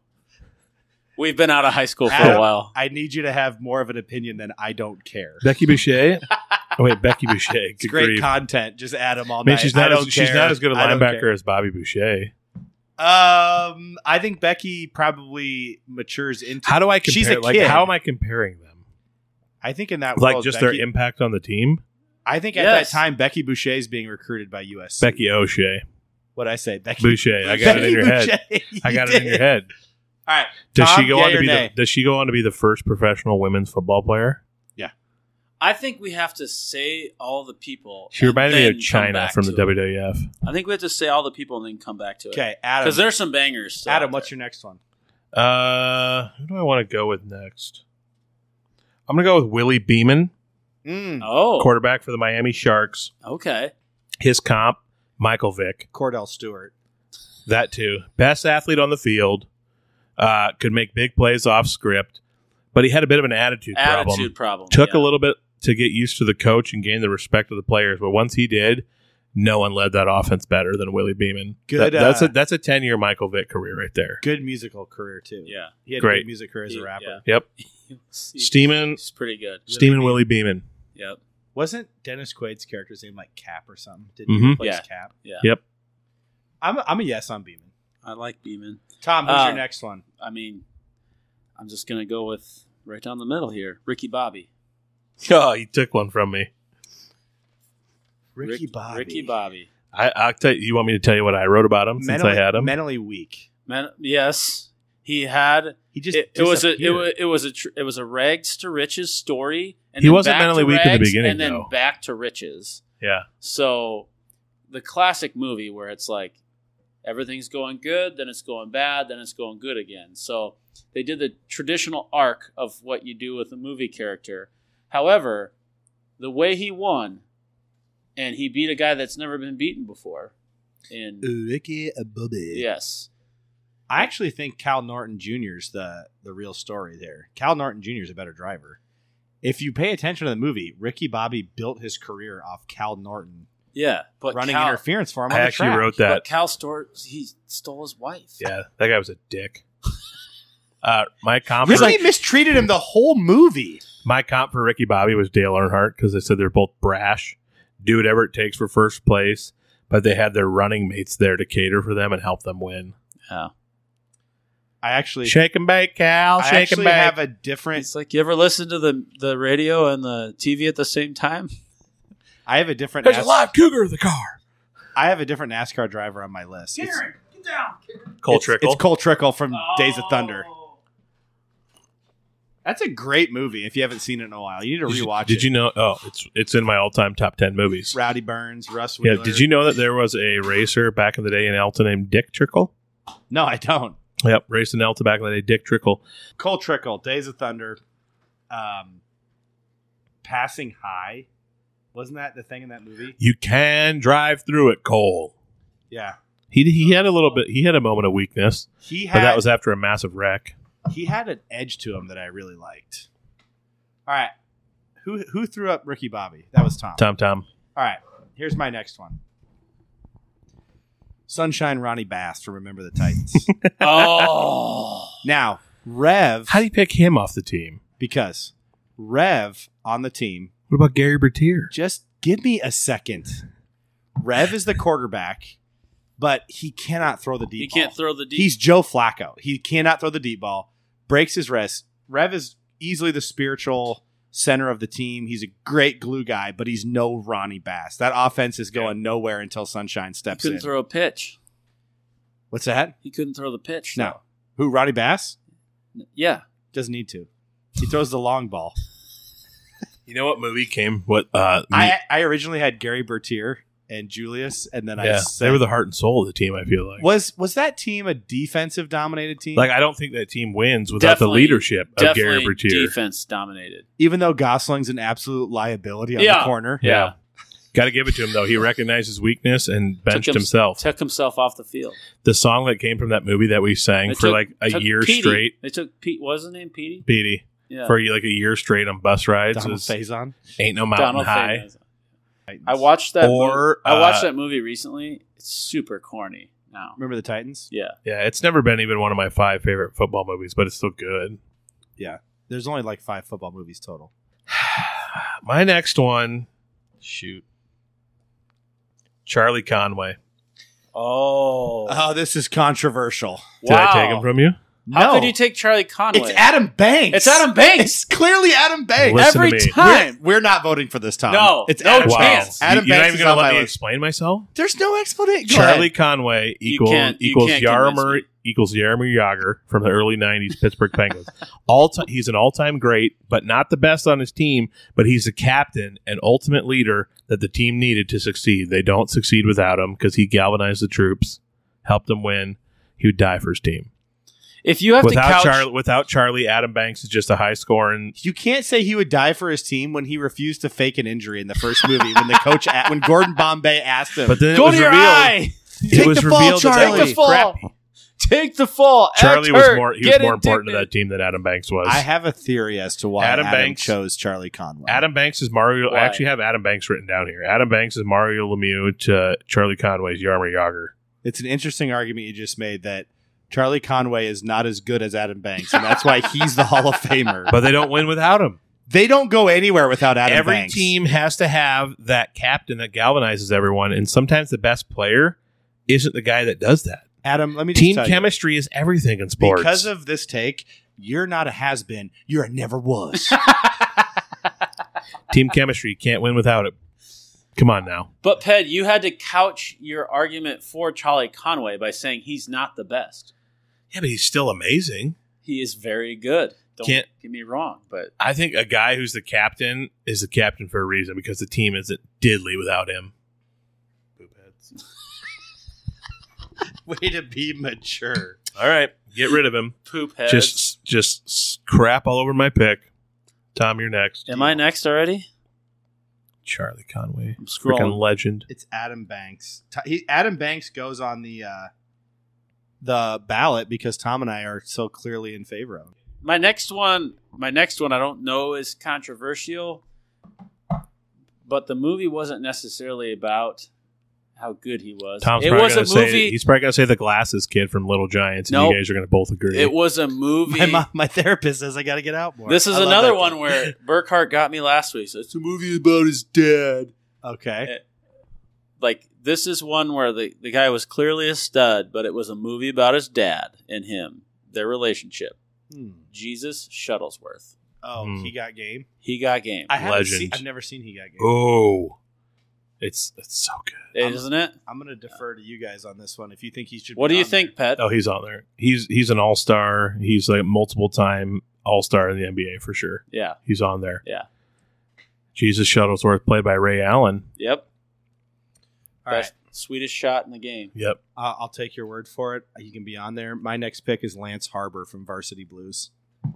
We've been out of high school for
Adam-
a while.
I need you to have more of an opinion than I don't care.
Becky Boucher. oh wait, Becky Boucher.
It's great content. Just add them all
I mean,
night.
she's not
I don't
as, she's
care.
not as good a
I don't care.
linebacker as Bobby Boucher.
Um, I think Becky probably matures into.
How do I compare?
She's a
like,
kid.
how am I comparing them?
I think in that
Like,
world,
just
Becky,
their impact on the team.
I think at
Yes.
that time Becky Boucher is being recruited by USC.
Becky O'Shea,
what I say, Becky.
Boucher. I got it in your head. I got it in your head.
All right,
Does
Tom,
she go
yay
on to
or
be? The,
nay?
does she go on to be the first professional women's football player?
I think we have to say all the people.
She
and
reminded me
then
of
come
China
back
from
to
the E.
it.
WWF.
I think we have to say all the people and then come back to it.
Okay,
Because
Adam.
there's some bangers. still
Adam,
out
what's
there.
your next one?
Uh, who do I want to go with next? I'm gonna go with Willie Beeman,
Mm,
Oh,
quarterback for the Miami Sharks.
okay.
His comp, Michael Vick.
Cordell Stewart.
That too. Best athlete on the field. Uh, could make big plays off script, but he had a bit of an attitude, problem.
Attitude problem.
Took
yeah.
a little bit to get used to the coach and gain the respect of the players, but once he did, no one led that offense better than Willie Beeman.
Good,
That- that's
uh,
a that's a ten year Michael Vick career right there.
Good musical career too.
Yeah.
he had a
Great.
good music career as a
Yeah.
rapper.
Yep, steaming,
He's pretty good.
steaming Willie Beeman.
Yep.
Wasn't Dennis Quaid's character's name like Cap or something? Did
Mhm.
he replace
Yeah.
Cap?
Yeah.
Yep.
I'm a, I'm a yes on Beeman.
I like Beeman.
Tom, who's
Uh,
your next one?
I mean, I'm just gonna go with right down the middle here, Ricky Bobby.
Oh, he took one from me.
Ricky
Rick-
Bobby.
Ricky Bobby.
I, I'll tell you, you want me to tell you what I wrote about him
Mentally,
since I had him?
mentally weak.
Man, yes, he had.
He just
It, it was a it
disappeared.
was, it was a tr- it was a rags to riches story. And
He
then
wasn't
back to
mentally weak in the
rags,
beginning,
and then
though.
back to riches.
yeah.
So, the classic movie where it's like everything's going good, then it's going bad, then it's going good again. So, they did the traditional arc of what you do with a movie character. However, the way he won and he beat a guy that's never been beaten before. And
Ricky Bobby.
yes,
I actually think Cal Norton Jr. is the the real story there. Cal Norton Jr. is a better driver. If you pay attention to the movie, Ricky Bobby built his career off Cal Norton
yeah, but
running
Cal,
interference for him.
I
on the
actually
track.
wrote
but
that.
Cal store he stole his wife.
Yeah, that guy was a dick. Uh, my comp,
Ricky
for,
mistreated him the whole movie.
my comp for Ricky Bobby was Dale Earnhardt because they said they're both brash, do whatever it takes for first place, but they had their running mates there to cater for them and help them win.
I actually,
Shake and bake, Cal.
I
Shake and
actually
bake.
have a different.
It's like you ever listen to the the radio and the TV at the same time?
I have a different.
There's a
NAS-
live cougar in the car.
I have a different NASCAR driver on my list. It's,
get down.
Cole
it's-
Trickle.
It's Cole Trickle from Days of Thunder.
Oh.
That's a great movie. If you haven't seen it in a while, you need to
did you,
rewatch it.
did you know? Oh, it's it's in my all time top ten movies.
Rowdy Burns, Russ.
Yeah.
Wheeler.
Did you know that there was a racer back in the day in Elton named Dick Trickle?
No, I don't.
Yep, racing Elton back in the day. Dick Trickle.
Cole Trickle, Days of Thunder, um, Passing High. Wasn't that the thing in that movie?
You can drive through it, Cole.
Yeah,
He he had a little bit. He had a moment of weakness,
he
but
had
Oh, that was after a massive wreck.
he had an edge to him that I really liked. All right, who who threw up Ricky Bobby? That was Tom.
Tom Tom.
All right, here's my next one. Sunshine Ronnie Bass from Remember the Titans.
Oh,
now Rev,
How do you pick him off the team?
because Rev on the team
What about Gary Bertier?
just give me a second. Rev is the quarterback, but he cannot throw the deep
he
ball.
can't throw the deep.
He's Joe Flacco. He cannot throw the deep ball. Breaks his wrist. Rev is easily the spiritual center of the team. He's a great glue guy, but he's no Ronnie Bass. That offense is going nowhere until Sunshine
he
steps
couldn't
in.
throw a pitch.
What's that?
He couldn't throw the pitch.
No. Who Ronnie Bass
though. Yeah.
doesn't need to. He throws the long ball.
You know what movie came? What uh,
I I originally had Gary Bertier and Julius, and then I
yeah,
said,
they were the heart and soul of the team. I feel like.
was was that team a defensive dominated team?
Like I don't think that team wins without the
Definitely-
leadership of Gary
Definitely
Bertier.
defense dominated.
even though Gosling's an absolute liability on
Yeah.
the corner.
Yeah. Got to give it to him though. He recognized his weakness and benched
him-
himself.
Took himself off the field.
the song that came from that movie that we sang
They
for
took-
like a
took
year
Petey.
straight,
They took Pete. What was his name? Petey.
Petey,
Yeah.
for like a year straight on bus rides.
Donald
Was,
Faison.
ain't no mountain high.
Fagan. I watched that.
Or,
movie- I watched
uh,
that movie recently. It's super corny now.
Remember the Titans?
Yeah.
Yeah, it's never been even one of my five favorite football movies, but it's still good.
There's only like five football movies total.
My next one, shoot, Charlie Conway.
Oh,
Oh, this is controversial.
Did I take him from you?
How
no,
could you take Charlie Conway?
it's Adam Banks.
It's Adam Banks.
It's clearly Adam Banks.
Listen
Every
to me.
time.
We're not voting for this, Tom.
No,
it's
no
Adam
Wow.
Banks. Adam
You- You're not
Banks
even
is on
gonna
my
let me
list.
explain myself.
There's no explanation. Go
Charlie
ahead.
Conway
You
equal
can't- you
equals
can't convince
Yarmer
me.
equals Yarmer Yager from the early '90s Pittsburgh Penguins. All time, he's an all-time great, but not the best on his team. But he's the captain and ultimate leader that the team needed to succeed. They don't succeed without him because he galvanized the troops, helped them win. He would die for his team.
If you have
Without
to couch,
Charlie, without Charlie, Adam Banks is just a high-scoring.
You can't say he would die for his team when he refused to fake an injury in the first movie when the coach at, when Gordon Bombay asked him.
But then it
go
was
to your
revealed.
eye.
Take
it was
the fall,
revealed that
Charlie.
that
Take
was
the fall.
crappy.
Take the fall. Act
Charlie was
hurt.
more. He was
Get
more important to that
indignant.
team than Adam Banks was.
I have a theory as to why Adam,
Adam
Banks
Banks-
chose Charlie Conway.
Adam Banks is Mario.
Why?
I actually have Adam Banks written down here. Adam Banks is Mario Lemieux to Charlie Conway's Yarmer Yager.
it's an interesting argument you just made that Charlie Conway is not as good as Adam Banks, and that's why he's the Hall of Famer.
But they don't win without him.
they don't go anywhere without Adam
Every
Banks.
team has to have that captain that galvanizes everyone, and sometimes the best player isn't the guy that does that.
Adam, let me just
Team
tell you,
chemistry is everything in sports.
because of this take, you're not a has been, you're a never was.
team chemistry, you can't win without it. Come on now.
But Ped, you had to couch your argument for Charlie Conway by saying he's not the best.
Yeah, but he's still amazing.
He is very good. Don't
Can't-
get me wrong, but
I think a guy who's the captain is the captain for a reason because the team isn't diddly without him.
Way to be mature.
All right, get rid of him.
poop heads.
just just s- crap all over my pick. Tom, you're next.
Am I next already?
Charlie Conway,
I'm
freaking
scrolling.
legend.
It's Adam Banks. T- He, Adam Banks goes on the uh, the ballot because Tom and I are so clearly in favor of him.
My next one, my next one, I don't know is controversial, but the movie wasn't necessarily about how good he was.
Tom's
it
probably
was
gonna
a
say
movie.
he's probably gonna say the glasses kid from Little Giants, and
Nope.
you guys are gonna both agree.
It was a movie.
My, mom, my therapist says I got to get out more.
This is
I love
another
that
one
kid.
where Burkhart got me last week. So it's a movie about his dad.
okay,
Like this is one where the, the guy was clearly a stud, but it was a movie about his dad and him, their relationship.
Hmm.
Jesus Shuttlesworth.
oh,
Hmm.
he got game.
He got game,
I haven't
Legend.
seen- I've never seen he got game.
oh, it's it's so good.
isn't it?
I'm going to defer to you guys on this one. If you think he should,
What
be
do you
on there.
think, Pet?
Oh, he's on there. He's he's an all star. He's like multiple time all star in the NBA for sure.
Yeah.
He's on there.
Yeah.
Jesus Shuttlesworth, played by Ray Allen.
Yep.
All right,
Best, Sweetest shot in the game.
Yep.
uh, I'll take your word for it. You can be on there. My next pick is Lance Harbor from Varsity Blues.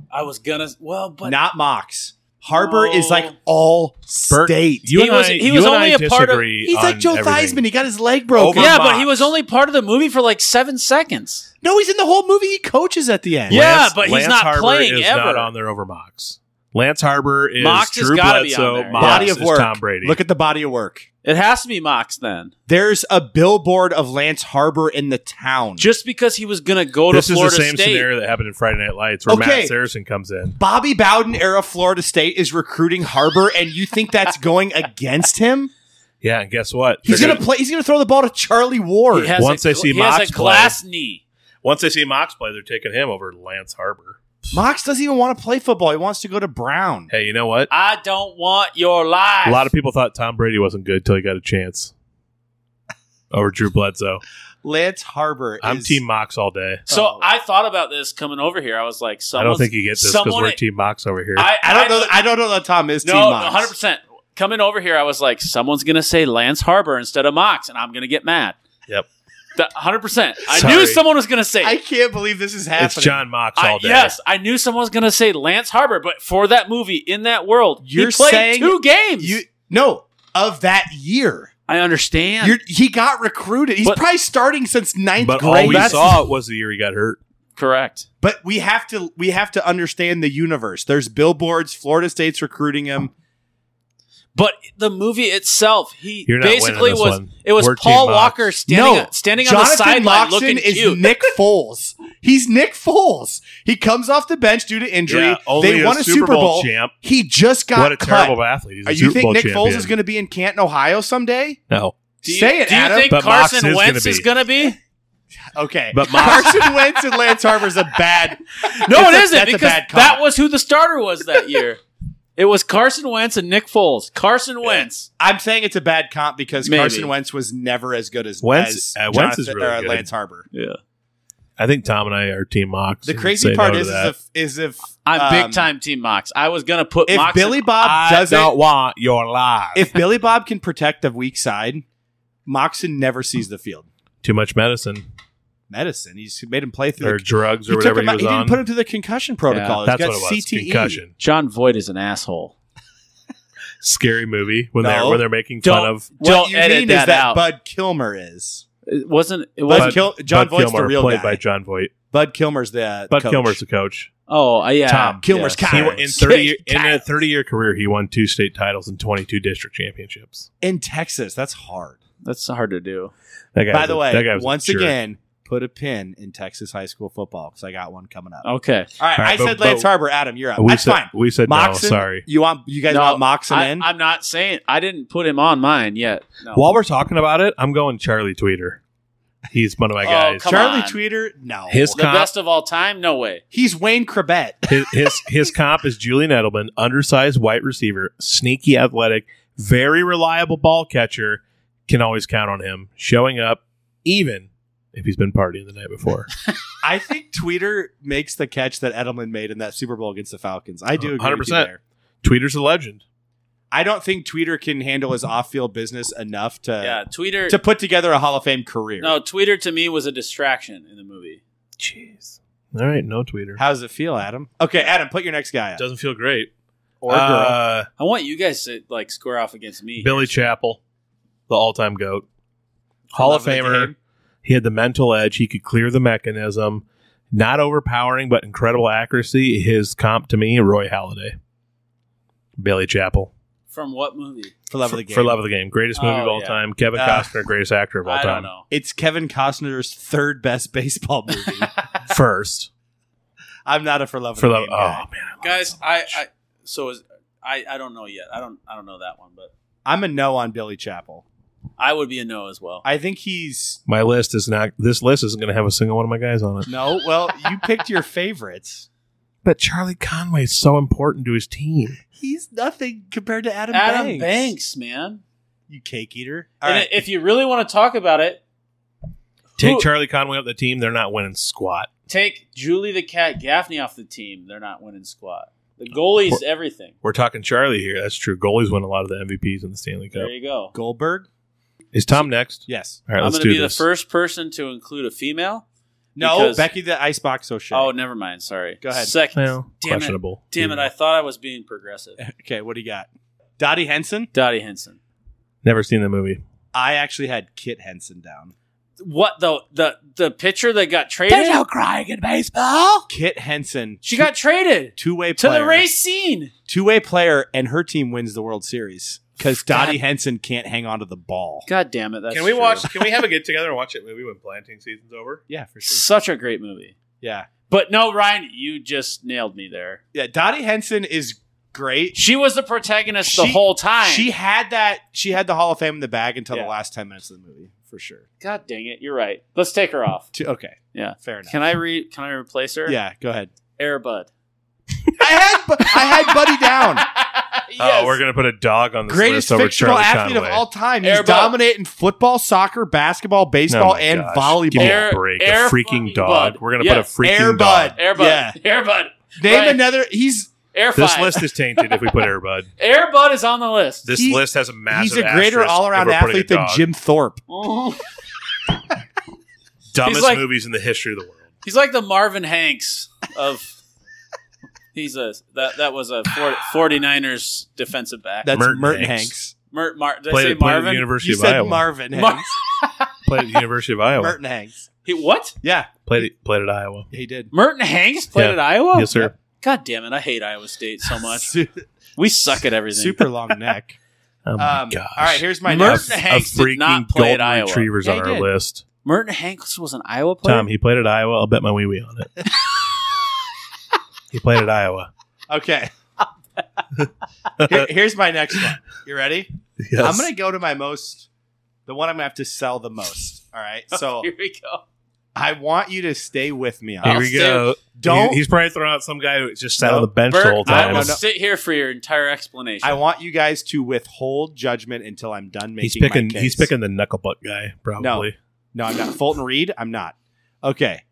I was gonna. Well, but
Not Mox. Harbor is
No.
like all
Bert,
state.
You
He
and
was-
I,
he
you
was
and
only
I
a part of-
disagree
He's like
on
Joe
everything.
Theismann. He got his leg
Over-
broken.
yeah,
Mox.
but he was only part of the movie for like seven seconds.
No, he's in the whole movie. He coaches at the end.
Yeah. but he's not
Harbor
playing
is
ever.
Not on there over Mox. Lance Harbor is
Mox has
Drew
gotta be on
Bledsoe.
there.
Mox
Body of
is
work.
Tom Brady.
Look at the body of work.
It has to be Mox then,
There's a billboard of Lance Harbor in the town.
just because he was gonna go
this
to
is
Florida
the same
State.
scenario that happened in Friday Night Lights, where
Okay.
Matt Saracen comes in.
Bobby Bowden era Florida State is recruiting Harbor, and you think that's going against him?
Yeah, and guess what?
He's
They're
gonna play. He's gonna throw the ball to Charlie Ward.
He has
Once
a,
they see
he
Mox
has a
play-
glass knee.
once they see Mox play, they're taking him over Lance Harbor.
Mox doesn't even want to play football. He wants to go to Brown.
Hey, you know what?
I don't want your life.
A lot of people thought Tom Brady wasn't good till he got a chance over Drew Bledsoe.
Lance Harbor.
I'm
is-
Team Mox all day.
so
Oh.
I thought about this coming over here. I was like,
I
someone.
don't think you get this because
someone-
we're Team Mox over here.
I,
I don't know.
I,
I don't know that Tom is
no,
Team
no,
Mox.
100%. Coming over here, I was like, someone's going to say Lance Harbor instead of Mox, and I'm going to get mad.
Yep.
That- 100%. I
Sorry.
knew someone was going to say it.
I can't believe this is happening.
it's John Mox
I-
all day.
yes, I knew someone was going to say Lance Harbor, but for that movie, in that world,
You're
he played
saying
two games.
You no of that year.
I understand.
You're, he got recruited. He's
But-
probably starting since ninth
But all
grade.
we
That's-
saw was the year he got hurt.
correct.
But we have to we have to understand the universe. There's billboards. Florida State's recruiting him.
But the movie itself, he
You're not winning
basically
this
was
one.
it was
We're Team
Paul
Mox.
Walker standing
No,
standing on the
Jonathan
sideline
Loxton
looking
is
cute.
Nick Foles. He's Nick Foles. He comes off the bench due to injury.
Yeah, only
they won a Super Bowl.
champ.
he just got
what a
cut.
terrible athlete! He's a
Uh, you
Super
think
Bowl
Nick
champion.
Foles is going to be in Canton, Ohio someday?
No,
Do you,
Say it,
do you
Adam.
think
But Mox
Carson
is gonna
Wentz
be.
is going to be?
Okay,
But Mox-
Carson Wentz and Lance Harper's a bad.
No,
That's
it
a-
isn't
that's a
because
bad call.
that was who the starter was that year. it was Carson Wentz and Nick Foles. Carson Wentz.
I'm saying it's a bad comp because
Maybe.
Carson Wentz was never as good as
Wentz-
as
uh, Wentz is
Jonathan-
really
or
good.
Lance Harbor.
I think Tom and I are team Mox.
The
and
crazy
say
part
no to
is, is
that.
if is if
I'm
um,
big time team Mox. I was going to put
If
Mox
Billy
in-
Bob doesn't,
want your life.
if Billy Bob can protect the weak side, Moxon never sees the field.
Too much medicine
Medicine. He's made him play through.
or
the,
drugs
he
or
took
whatever
him
he
out-
was
he
on.
didn't put him through the concussion protocol.
That's
He's
what
got E.
it was.
CTE.
Concussion.
John Voight is an asshole.
Scary movie when they're
No.
when they're making
Don't-
fun of.
What
Don't
you
edit
mean is
that
that
out.
Bud Kilmer is.
It wasn't it
Bud,
wasn't
Kil- John
Bud
Voight's the
Kilmer,
real
played
guy.
by John Voight.
Bud Kilmer's the uh,
But
coach.
Kilmer's the coach.
Oh, uh, yeah.
Tom.
Kilmer's
Yes.
He,
Kyler.
won- in thirty year, in a thirty year career, he won two state titles and twenty two district championships.
in Texas. That's hard.
That's hard to do.
That guy
By
was
the
a-
way,
that guy was a
once
jerk.
again, put a pin in Texas high school football because I got one coming up.
Okay.
All right,
All right,
I
but-
said Lance
but-
Harbor. Adam, you're up.
we
That's
said
fine.
we said
Moxon,
no. Sorry.
You want you guys
No,
want Moxon
I,
in?
I'm not saying I didn't put him on mine yet. No.
Oh. While we're talking about it, I'm going Charlie Tweeter. He's one of my
Oh,
guys.
come
Charlie
on.
Tweeter? No.
His
the
comp-
best of all time? No way.
He's Wayne Krebet.
his, his his comp is Julian Edelman, undersized white receiver, sneaky athletic, very reliable ball catcher. Can always count on him showing up, even if he's been partying the night before.
I think Tweeter makes the catch that Edelman made in that Super Bowl against the Falcons. I do agree 100%. with you
100%.
there.
Tweeter's a legend.
I don't think Tweeter can handle his off-field business enough to
yeah, Tweeter.
to put together a Hall of Fame career.
no, Tweeter to me was a distraction in the movie.
Jeez. All right, no Tweeter.
How does it feel, Adam? Okay, Adam, put your next guy up.
Doesn't feel great.
Or girl.
Uh,
I want you guys to like square off against me.
Billy Chappell, the all-time goat, Hall of
Love the
Famer.
game.
He had the mental edge. He could clear the mechanism. Not overpowering, but incredible accuracy. His comp to me, Roy Halladay. Billy Chappell.
From what movie?
for love
for,
of the game.
for love of the game. Greatest movie
Oh,
of all
yeah.
time. Kevin
Uh,
Costner, greatest actor of all
I don't
time.
know.
it's Kevin Costner's third best baseball movie.
First,
I'm not a for love of
for
the
love.
game guy.
Oh man,
Guys, I, I so is, I I don't know yet. I don't I don't know that one, but
I'm a no on Billy Chappell.
I would be a no as well.
I think he's
my list is not. This list isn't going to have a single one of my guys on it.
no. Well, you picked your favorites.
But Charlie Conway's so important to his team.
He's nothing compared to Adam,
Adam
Banks.
Banks, man.
You cake eater. All
And
right.
If you really want to talk about it,
Take
Who-
Charlie Conway off the team. They're not winning squat.
take Julie the Cat Gaffney off the team. They're not winning squat. The goalie's everything.
We're talking Charlie here. That's true. Goalies win a lot of the MVPs in the Stanley Cup.
There you go.
Goldberg?
Is Tom next?
Yes.
All right,
I'm
let's
going
do
to be
this.
the first person to include a female.
No,
Because-
Becky the Icebox O'Shea.
Oh, never mind. Sorry.
Go ahead.
Second.
Well,
damn it.
questionable.
Damn it. I thought I was being progressive.
Okay, what do you got? Dottie Henson?
Dottie Henson.
never seen the movie.
I actually had Kit Henson down.
What the the the pitcher that got traded?
crying in baseball.
Kit Henson.
She got traded
two way
to
player.
the Racine.
Two way player, and her team wins the World Series because
God.
Dottie Henson can't hang on to the ball.
God damn it. That's
can we
true.
watch? Can we have a get together and watch that movie when planting season's over?
Yeah, for sure.
Such a great movie.
Yeah.
But no, Ryan, you just nailed me there.
Yeah, Dottie Henson is great.
She was the protagonist the
She-
whole time.
She had that. She had the Hall of Fame in the bag until
Yeah.
the last ten minutes of the movie, for sure.
God dang it, you're right. Let's take her off.
Two, okay.
Yeah.
Fair enough.
Can I re can I replace her?
Yeah. Go ahead.
Airbud.
I had Bu- I had Buddy down.
yes.
Oh, we're gonna put a dog on this
Greatest
list over
fictional
Charlie
athlete
Conway.
of all time. He's
Air Bud.
dominating football, soccer, basketball,
Oh
baseball,
my
and
gosh. Give
volleyball.
me
Air-
a break.
air
a freaking
fucking
dog.
bud.
We're gonna
Yes.
put a freaking
Air
dog.
Bud.
Airbud.
Yeah.
Airbud.
Name
Right.
another. He's
Air
This
five.
list is tainted if we put Airbud.
Airbud is on the list.
This
He-
list has a massive.
he's a greater
asterisk
all
if
around
we're putting a
athlete than
dog.
Jim Thorpe.
Mhm.
Dumbest
He's like-
movies in the history of the world.
He's like the Marvin Hanks of He's a that that was a 40, 49ers defensive back.
That's
Merton
Merton,
Hanks.
Hanks.
Mer, Mar, did I
Played,
say
at- played at the
Marvin?
University
You
of
said
Iowa.
Marvin
Mar-
Hanks.
played at the University of Iowa.
Merton Hanks.
He, what?
Yeah,
Played at, played at Iowa.
he did.
Merton Hanks played
Yeah.
at Iowa?
yes, sir.
God damn it, I hate Iowa State so much.
Su-
We suck at everything.
super long neck.
Oh my
Um,
gosh.
all right, here's my
Merton
next.
a,
Hanks
a freaking
did not play at
golden
Iowa.
retrievers
Yeah,
on
he
our
did.
list.
Merton Hanks was an Iowa player.
Tom, he played at Iowa. I'll bet my wee wee on it. he played at Iowa.
Okay. Here- here's my next one. You ready?
Yes.
I'm gonna go to my most the one I'm gonna have to sell the most. All right, so
Here we go.
I want you to stay with me on.
Here
this.
we go.
Don't.
He- he's probably throwing out some guy who just sat
No,
on the bench the whole
Bert, I
time.
will
No, no.
sit here for your entire explanation.
I want you guys to withhold judgment until I'm done making.
he's picking.
My case.
He's picking the knucklebutt guy probably.
No, I'm not Fulton Reed. I'm not. Okay.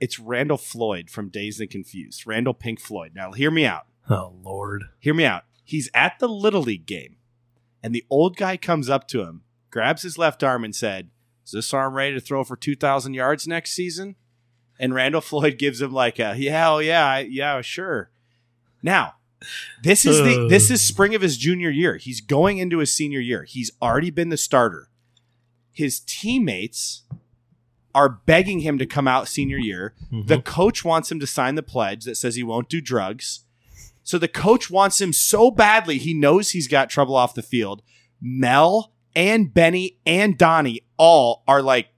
It's Randall Floyd from Dazed and Confused. Randall Pink Floyd. Now hear me out.
Oh lord.
Hear me out. He's at the Little League game, and the old guy comes up to him, grabs his left arm, and said, Is this arm ready to throw for 2,000 yards next season? And Randall Floyd gives him, like, a, Yeah, oh, yeah, I- yeah, sure. Now, this is the
Ugh.
this is spring of his junior year. He's going into his senior year. He's already been the starter. His teammates are begging him to come out senior year.
Mm-hmm.
The coach wants him to sign the pledge that says he won't do drugs. So the coach wants him so badly, he knows he's got trouble off the field. Mel and Benny and Donnie all are like,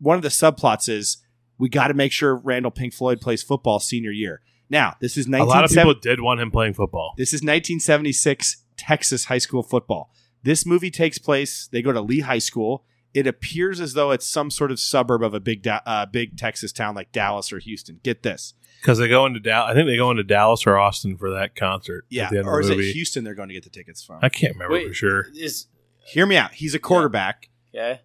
one of the subplots is we got to make sure Randall Pink Floyd plays football senior year. Now, this is
a lot of
1970
people did want him playing football.
this is 1976 Texas high school football. This movie takes place. They go to Lee High School. It appears as though it's some sort of suburb of a big, Da- uh, big Texas town like Dallas or Houston. Get this,
Because they go into Dallas. I think they go into Dallas or Austin for that concert.
yeah,
At the end of
or is
the
it
movie.
Houston? They're going to get the tickets from.
I can't remember
Wait.
for sure.
Is
Hear me out. He's a quarterback.
okay.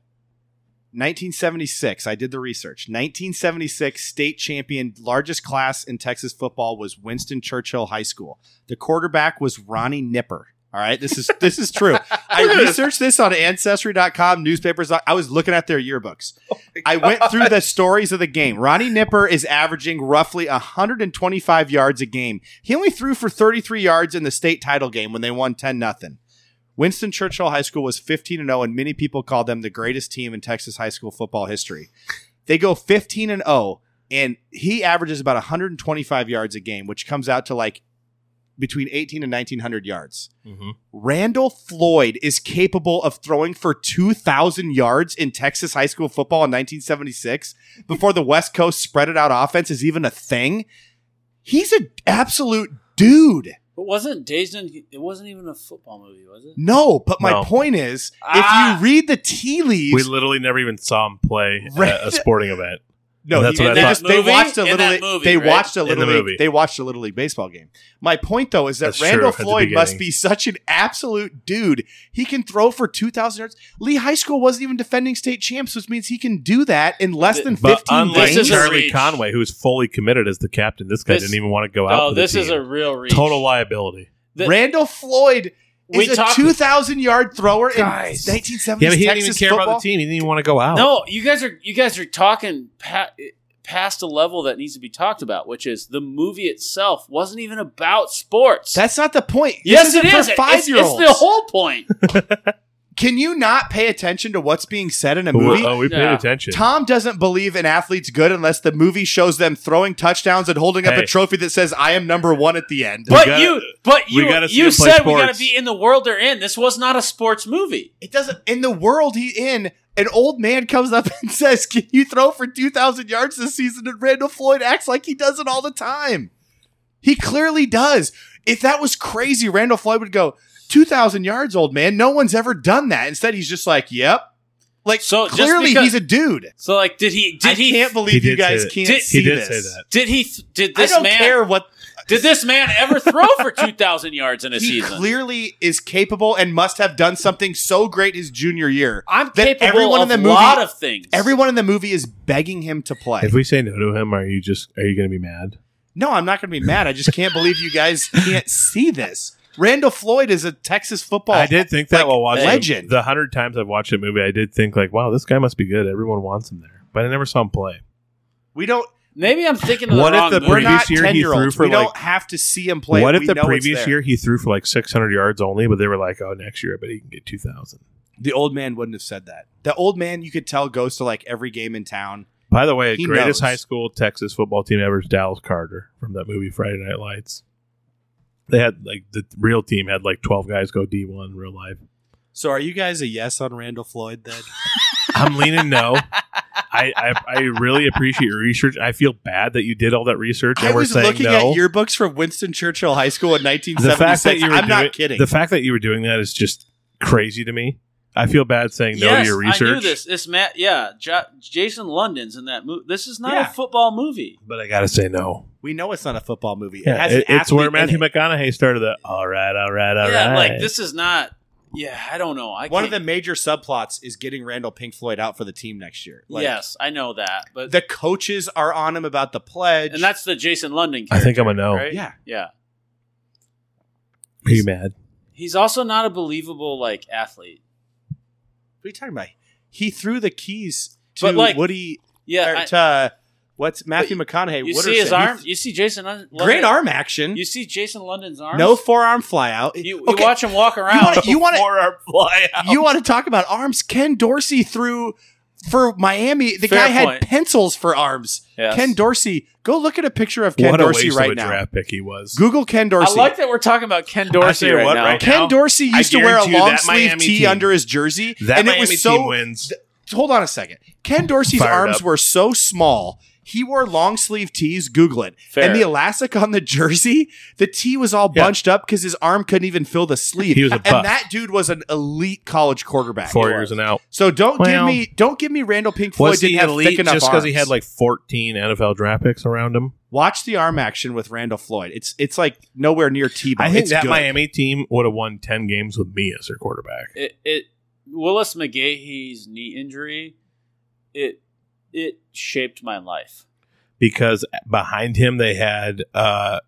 1976. I did the research. 1976 state champion, largest class in Texas football was Winston Churchill High School. The quarterback was Ronnie Nipper. All right, this is this is true. I researched this on ancestry.com, newspapers. I was looking at their yearbooks.
Oh
I went through the stories of the game. Ronnie Nipper is averaging roughly 125 yards a game. He only threw for 33 yards in the state title game when they won 10 nothing. Winston Churchill High School was 15 and 0 and many people called them the greatest team in Texas high school football history. They go 15 and 0 and he averages about 125 yards a game, which comes out to like between 18 and 1900 yards.
Mhm.
Randall Floyd is capable of throwing for 2,000 yards in Texas high school football in 1976 before the West Coast spread it out offense is even a thing. He's an absolute dude.
But wasn't Dazed and it wasn't even a football movie, was it?
No, but my
No.
point is
Ah!
if you read the tea leaves,
We literally never even saw him play at a
Right.
sporting event.
no,
that's
he-
what I
they,
thought.
just,
In that
they
movie?
watched a
In
little
that
league,
movie,
they
right?
watched a
In the
little
movie.
league, they watched a little league baseball game. My point though is that
That's true,
Randall
at the
Floyd must
beginning.
be such an absolute dude. He can throw for 2000 yards. Lee High School wasn't even defending state champs, which means he can do that in less than
But
15
unlike
This is
games.
a
Charlie
reach.
Conway, who's fully committed as the captain, this guy
This-
didn't even want to go out.
No,
with the
Oh, this is
team.
a real reach.
total liability.
the-
Randall Floyd
We
is a
talked-
2000 yard thrower
Guys.
in 1970s
Yeah, but he didn't
Texas
even care
football.
about the team. He didn't even want to go out.
No, you guys are you guys are talking pa- past a level that needs to be talked about, which is the movie itself wasn't even about sports.
That's not the point. This
yes,
isn't
it
for
is. It's-
five-year-olds.
It's the whole point.
Can you not pay attention to what's being said in a
But we-
movie?
oh, we paid
Yeah.
attention.
Tom doesn't believe an athlete's good unless the movie shows them throwing touchdowns and holding up
Hey.
a trophy that says "I am number one" at the end.
But
gotta-
you, but
we
you,
gotta see
you
him play
said we got
sports.
to be in the world they're in. This was not a sports movie.
It doesn't. In the world he in, an old man comes up and says, "Can you throw for two thousand yards this season?" And Randall Floyd acts like he does it all the time. He clearly does. If that was crazy, Randall Floyd would go two thousand yards, old man. No one's ever done that. Instead, he's just like, "Yep." Like
So, just
clearly,
because-
he's a dude.
So, like, did he? Did
I
he?
can't
He
believe
did
you guys
say that.
can't
Did-
see
he did
this.
say that.
did he? th- Did this
I don't
man?
care what
Did this man ever throw for two thousand yards in a
he
season?
clearly is capable and must have done something so great his junior year.
I'm
that
capable
everyone
of
in the
a
movie-
lot of things.
Everyone in the movie is begging him to play.
If we say no to him, are you just are you going to be mad?
No, I'm not going to be mad. I just can't believe you guys can't see this. Randall Floyd is a Texas football.
I did think that
like,
while watching
legend.
the hundred times I've watched that movie, I did think like, wow, this guy must be good. Everyone wants him there, but I never saw him play.
We don't.
Maybe I'm thinking of the
What if
wrong
the
movie.
We're not
Previous year, he
ten year
threw
olds.
for,
We
like-
don't have to see him play.
what
it.
if
We
the
know it's
previous
there.
year he threw for like six hundred yards only, but they were like, oh, next year I bet he can get two thousand.
the old man wouldn't have said that? The old man you could tell goes to like every game in town.
By the way,
He
greatest
knows.
high school Texas football team ever is Dallas Carter from that movie Friday Night Lights. They had like the real team had like twelve guys go D one real life.
So are you guys a yes on Randall Floyd then?
I'm leaning no. I, I I really appreciate your research. I feel bad that you did all that research and
I
we're
was
saying
looking
no.
at yearbooks from Winston Churchill High School in
the
1976.
fact that you were
I'm
doing,
not kidding.
The fact that you were doing that is just crazy to me. I feel bad saying no to your research,
I knew this. This Matt, yeah, Jo- Jason London's in that movie. This is not
Yeah.
a football movie.
but I gotta say no.
We know it's not a football movie. it
Yeah,
has
it-
an
it's where
athlete in
Matthew
it.
McConaughey started the. All right, all right, all right.
yeah, like this is not. Yeah, I don't know. I
One of
can't-
the major subplots is getting Randall Pink Floyd out for the team next year. Like,
yes, I know that, but
The coaches are on him about the pledge.
and that's the Jason London.
I
Character,
think I'm a no.
right?
yeah.
yeah.
Are you mad?
He's also not a believable like athlete.
What are you talking about? He threw the keys to
But, like,
Woody
Yeah,
or
I-
to uh, what's Matthew McConaughey.
you
Wooderson.
see his
He
arm.
th-
You see Jason. Lon- London,
great arm action.
You see Jason London's arm.
no forearm fly out.
you, you watch him walk around.
You want to
Forearm fly out.
Oh.
you want to talk about arms? Ken Dorsey threw for Miami. The
Fair
guy had
point.
pencils for arms.
Yes.
Ken Dorsey. Go look at a picture of Ken
what a
Dorsey
waste
right
of a
now.
draft pick he was.
Google Ken
I
Dorsey.
like that we're talking about Ken Dorsey
I tell you
right
what,
now.
right
Ken
now,
Dorsey
I
used to wear a
guarantee you
long
that
sleeve
Miami
tee
team-
under his jersey,
That
and
Miami
it was so.
team wins.
hold on a second. Ken Dorsey's
Fired
arms
up.
were so small. He wore long sleeve tees. Google it.
Fair.
And the elastic on the jersey, the tee was all
Yeah.
bunched up because his arm couldn't even fill the sleeve.
He was a
and
puff.
that dude was an elite college quarterback.
Four years and out.
So don't
Well,
give me don't give me Randall Pink Floyd
Was
didn't
he
have
elite
thick enough
just because he
arms.
had like 14 NFL draft picks around him?
watch the arm action with Randall Floyd. It's it's like nowhere near T.
I think
it's
that
good.
Miami team would have won 10 games with me as their quarterback.
it, it Willis McGahee's knee injury, it it shaped my life.
because behind him they had uh,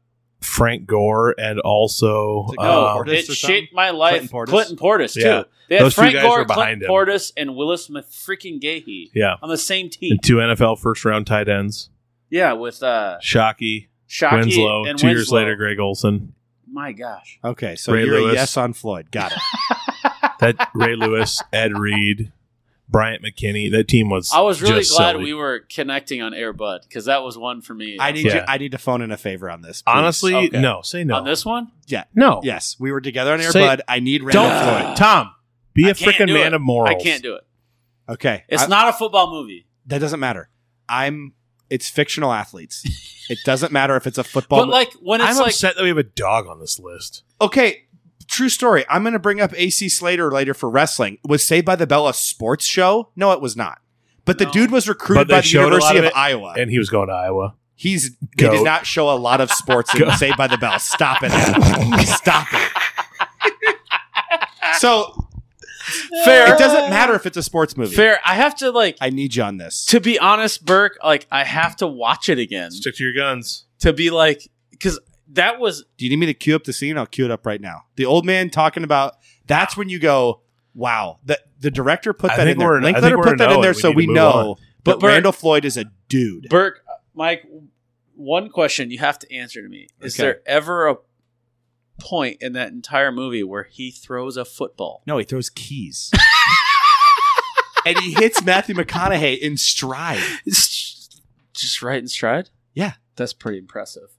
Frank Gore and also
Is it
No,
Oh,
um,
Portis or
it
something?
shaped my life.
Clinton Portis?
Clinton Portis, too.
Yeah.
They had
Those two
Frank
guys
Gore,
were behind
Clinton
him.
Portis, and Willis Mc freaking Gahee
yeah,
on the same team.
and two NFL first round tight ends,
Yeah, with uh,
Shockey,
Shockey
Winslow.
and
two years
Winslow.
later, Greg Olson,
My gosh,
Okay, so
Ray
you're a
Lewis.
yes on Floyd. Got it.
that Ray Lewis, Ed Reed, Bryant McKinney. That team was.
I was really
just
glad
silly.
we were connecting on Air Bud because that was one for me.
I need
Yeah.
you, I need to phone in a favor on this. please.
Honestly,
Okay.
no. Say no.
on this one.
no.
Yes, we were together on Air
Say-
Bud. I need Randall
Don't,
Yeah.
Floyd.
Tom. Be
I
a
can't
freaking
do
man
it.
of morals.
I can't do it.
Okay,
It's
I-
not a football movie.
that doesn't matter. I'm it's fictional athletes. it doesn't matter if it's a football.
But like when it's
I'm
like
upset that we have a dog on this list.
okay, true story. I'm going to bring up AC Slater later for wrestling. Was Saved by the Bell a sports show? No, it was not. But the
No.
dude was
But
recruited
they
by the
showed a lot
University
of
of,
it,
Iowa.
And he was going to Iowa.
He's
Goat.
they did not show a lot of sports in Saved by the Bell. Stop it. Stop it. So
fair.
it doesn't matter if it's a sports movie.
Fair. I have to like
I need you on this.
to be honest, Burke. Like I have to watch it again
Stick to your guns.
to be like because that was
Do you need me to cue up the scene? I'll cue it up right now. The old man talking about that's when you go, wow. The the director put
I
that
think
in there.
we're in- I
Linkletter
think we're
put
in
that in
know
there
it. We
so
need
we
to move
know
But
that
Bert-
Randall Floyd is a dude.
Burke. Mike, one question you have to answer to me: Is
Okay.
there ever a point in that entire movie where he throws a football?
No, he throws keys. and he hits Matthew McConaughey in stride.
It's just right in stride.
Yeah.
that's pretty impressive.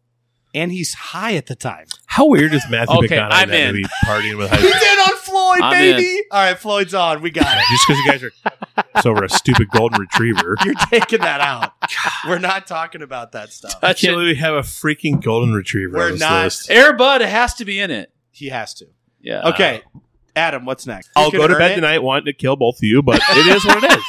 And he's high at the time.
How weird is Matthew
Okay,
McConaughey
I'm
that
in.
movie partying with high
He did on Floyd,
I'm
baby. All right, Floyd's on. We got it.
just because you guys are so we're a stupid golden retriever.
You're taking that out. We're not talking about that stuff.
I
Touch
can't
it.
believe we have a freaking golden retriever.
We're
on this
not-
List.
Air Bud has to be in it.
He has to.
Yeah.
Okay,
Uh,
Adam, what's next?
I'll
You can
go to
earn
bed
it.
tonight wanting to kill both of you, but it is what it is.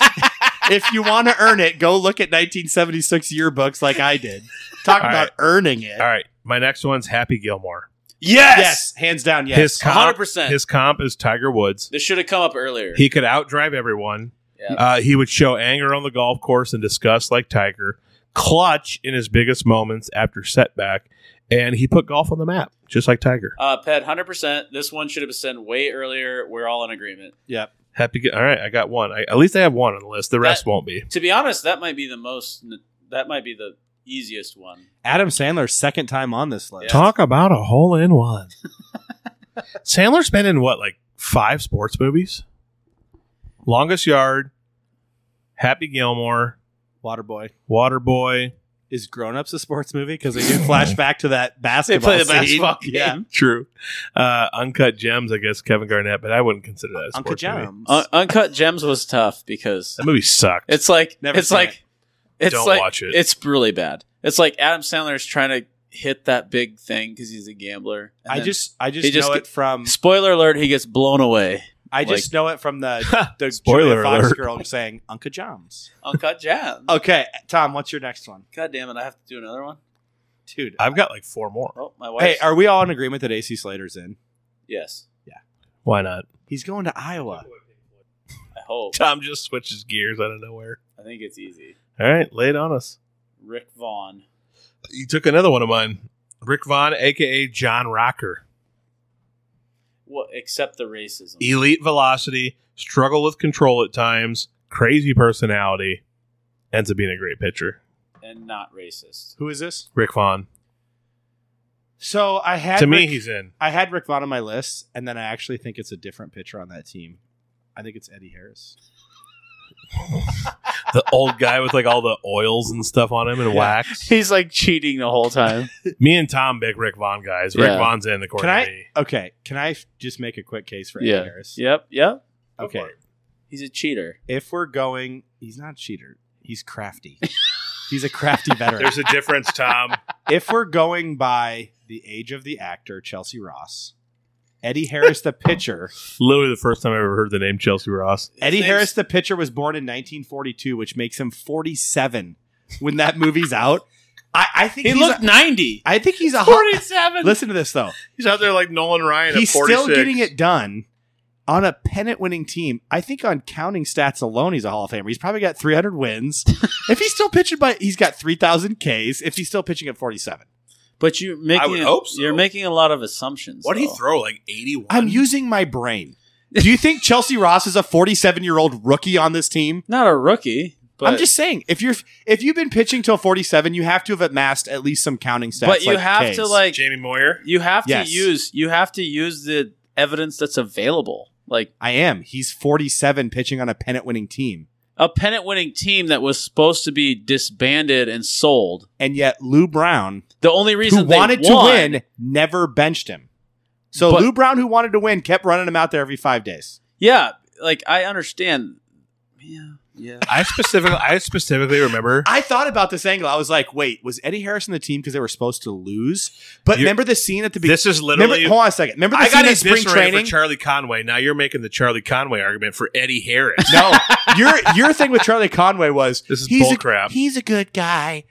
If you want to earn it, go look at 1976 yearbooks like I did. Talk
All
about
right.
earning it.
All right, my next one's Happy Gilmore.
Yes.
Yes, hands down. Yes.
His comp,
100%.
his comp is Tiger Woods.
This should have come up earlier.
He could outdrive everyone.
Yeah.
Uh, he would show anger on the golf course and disgust like Tiger. Clutch in his biggest moments after setback, and he put golf on the map just like Tiger.
Uh, Ped, hundred percent. This one should have been sent way earlier. We're all in agreement.
Happy. Gil- All right, I got one. I, at least I have one on the list. The rest
That-
won't be.
To be honest, that might be the most. That might be the easiest one.
Adam Sandler's second time on this list.
Yeah.
Talk about a hole in one. Sandler's been in what, like five sports movies? Longest Yard, Happy Gilmore,
Waterboy.
Waterboy.
Is Grown Ups a sports movie? Because they do flash back to that basketball scene. Yeah.
True. Uh, Uncut Gems, I guess Kevin Garnett, but I wouldn't consider that a
Uncle
sports movie.
Jones.
Un- Uncut Gems was tough because
That movie sucked.
it's like
Never
it's
seen
like
it.
it's
Don't
like
watch it.
it's really bad. It's like Adam Sandler is trying to hit that big thing because he's a gambler. and
I
then-
just I
he
just
just
know
get-
it from
spoiler alert: he gets blown away.
I just know it from the the
Spoiler
Julia Fox
alert.
girl saying Uncle Joms.
Uncut Jam.
Okay, Tom, what's your next one, Uh,
God damn it! I have to do another one.
dude?
I've got like four more.
Oh, my wife.
hey, are we all in agreement that AC Slater's in?
yes,
Why not?
He's going to Iowa.
I hope.
Tom just switches gears out of nowhere.
I think it's easy.
All right, lay it on us.
Rick Vaughn.
You took another one of mine. Rick Vaughn, aka John Rocker.
What? Except the racism.
Elite velocity, struggle with control at times, crazy personality, ends up being a great pitcher.
and not racist.
Who is this?
Rick Vaughn.
So I had
to me,
Rick-
he's in.
I had Rick Vaughn on my list, and then I actually think it's a different pitcher on that team. I think it's Eddie Harris.
The old guy with like all the oils and stuff on him and wax.
He's like cheating the whole time.
Me and Tom, big Rick Vaughn guys. Rick
Yeah.
Vaughn's in, according
Can I-
to me.
Okay, can I f- just make a quick case for
Yeah.
Eddie Harris?
yep, yep.
Go
Okay,
for it.
He's a cheater.
if we're going, he's not a cheater. He's crafty. he's a crafty veteran.
There's a difference, Tom.
if we're going by the age of the actor Chelsea Ross, Eddie Harris the pitcher.
Literally the first time I ever heard the name Chelsea Ross.
Eddie
His name's-
Harris the pitcher was born in 1942, which makes him 47 when that movie's out. I, I think
He
he's
looked
A,
ninety.
I think he's a.
Forty-seven.
Listen to this though.
He's out there like Nolan Ryan
He's still getting it done on a pennant-winning team. I think on counting stats alone, he's a Hall of Famer. He's probably got 300 wins. if he's still pitching, by he's got 3,000 Ks. If he's still pitching at 47,
but you're making.
I would hope so.
You're making a lot of assumptions.
What did he
though.
throw? Like 81?
I'm using my brain. Do you think Chelsea Ross is a 47-year-old rookie on this team?
Not a rookie. But
I'm just saying, if you're if you've been pitching till 47, you have to have amassed at least some counting stats.
But you
like
have
Ks.
to like.
Jamie Moyer.
You have
Yes.
to use. You have to use the evidence that's available. Like
I am. He's 47 pitching on a pennant-winning team,
a pennant-winning team that was supposed to be disbanded and sold.
and yet Lou Brown
The only reason
who wanted
they
to
won-
win never benched him. So
But-
Lou Brown, who wanted to win, kept running him out there every five days.
Yeah, like I understand. Yeah, yeah.
I specifically, I specifically remember.
I thought about this angle. I was like, wait, was Eddie Harris in the team because they were supposed to lose? But
You're-
remember the scene at the beginning?
This is
Remember,
literally.
hold on a second. Remember the
I
scene
got
in
a
spring training?
for Charlie Conway. Now you're making the Charlie Conway argument for Eddie Harris.
no, your your thing with Charlie Conway was
This is
he's
bull
a,
crap.
He's a good guy.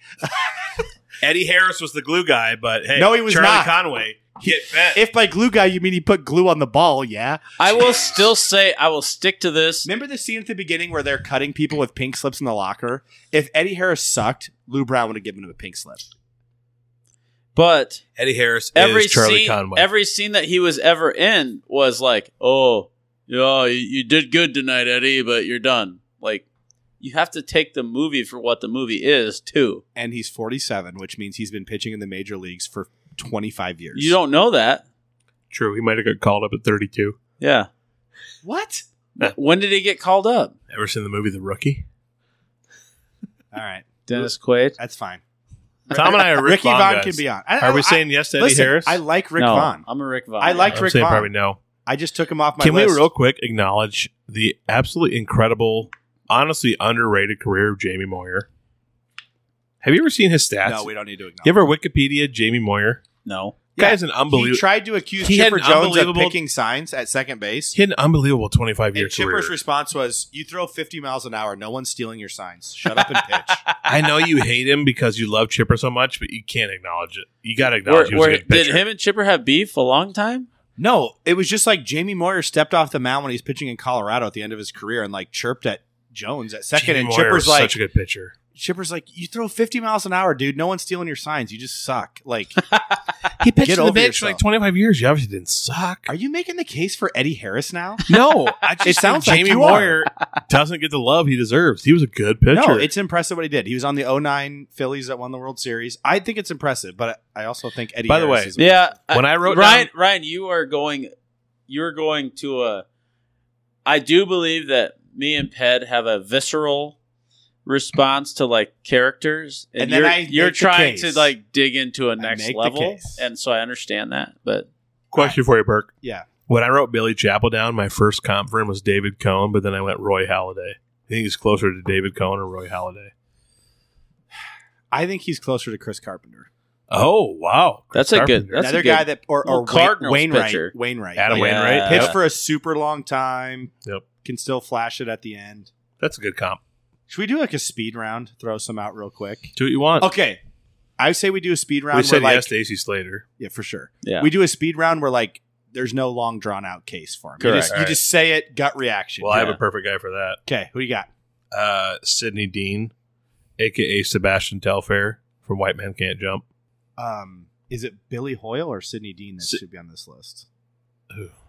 Eddie Harris was the glue guy, but hey,
No, he was
Charlie
not.
Conway. Get bent.
If by glue guy you mean he put glue on the ball, yeah.
I will still say I will stick to this.
Remember the scene at the beginning where they're cutting people with pink slips in the locker? If Eddie Harris sucked, Lou Brown would have given him a pink slip.
But
Eddie Harris
every
is Charlie
scene,
Conway.
every scene that he was ever in was like, "Oh, yeah, you, you did good tonight, Eddie, but you're done." Like, you have to take the movie for what the movie is, too.
and he's 47, which means he's been pitching in the major leagues for 25 years.
You don't know that.
True, he might have got called up at 32.
Yeah.
what?
When did he get called up?
Ever seen the movie The Rookie?
All right,
Dennis Quaid.
that's fine.
Tom and I are Rick
Ricky
Vaughn
Vaughn
guys.
can be on. I-
Are we
I-
saying yes to Eddie
listen,
Harris?
I like Rick
no,
Vaughn.
I'm a Rick Vaughn.
I liked
I'm
Rick
saying
Vaughn.
probably no.
I just took him off my
Can
list.
we real quick acknowledge the absolutely incredible, honestly underrated career of Jamie Moyer? Have you ever seen his stats?
no, we don't need to
Give
acknowledge.
her Wikipedia, Jamie Moyer.
no.
Yeah.
Guy is an
He
unbelievable.
tried to accuse
He had
Chipper
an
Jones of
unbelievable-
picking signs at second base.
He had an unbelievable 25 year
and
career.
Chipper's response was, "You throw 50 miles an hour, no one's stealing your signs. Shut up and pitch."
I know you hate him because you love Chipper so much, but you can't acknowledge it. You got to
Were-
acknowledge he was
were-
a good pitcher.
did him and Chipper have beef a long time?
no, it was just like Jamie Moyer stepped off the mound when he was pitching in Colorado at the end of his career and like chirped at Jones at second,
Jamie
and
Moyer
Chipper's
was
like,
such a good pitcher.
Chipper's like, you throw 50 miles an hour, dude. No one's stealing your signs. You just suck. Like,
He pitched
Get
in the
over
bench for
yourself.
like 25 years. You obviously didn't suck.
are you making the case for Eddie Harris now?
No, I
It
just
sounds
sounds
like
Jamie
you
Moyer doesn't get the love he deserves. He was a good pitcher.
No, it's impressive what he did. He was on the 09 Phillies that won the World Series. I think it's impressive, but I also think Eddie
By the
Harris
way,
is-
Yeah.
when I wrote
Ryan,
down,
Ryan, you are going, you're going to a. I do believe that me and Ped have a visceral response to like characters, and,
And then
you're,
I make
you're
the
trying
case.
to like dig into a
make
next
the
level,
case.
and so I understand that. But
question for you, Burke.
Yeah.
When I wrote Billy Chappell down, my first comp for him was David Cohn, but then I went Roy Halladay. I think he's closer to David Cohn or Roy Halladay.
I think he's closer to Chris Carpenter.
Oh wow,
That's a good. That's
Another
a good,
guy that or,
Well,
or Wayne,
Cardinals
Wainwright.
pitcher.
Wainwright.
Adam
Like,
Wainwright.
Yeah.
Yep.
Pitched for a super long time.
Yep.
Can still flash it at the end.
That's a good comp.
Should we do like a speed round? Throw some out real quick.
Do what you want.
Okay. I say we do a speed round.
we
where,
said
like,
yes to AC Slater.
Yeah, for sure.
Yeah.
We do a speed round where like there's no long drawn out case for him. You
Correct.
just, you
All right.
just say it, gut reaction.
Well, I have
Yeah.
a perfect guy for that.
okay, who you got?
Uh, Sydney Dean, aka Sebastian Telfair from White Man Can't Jump.
Um, is it Billy Hoyle or Sidney Dean that
Si-
should be on this list?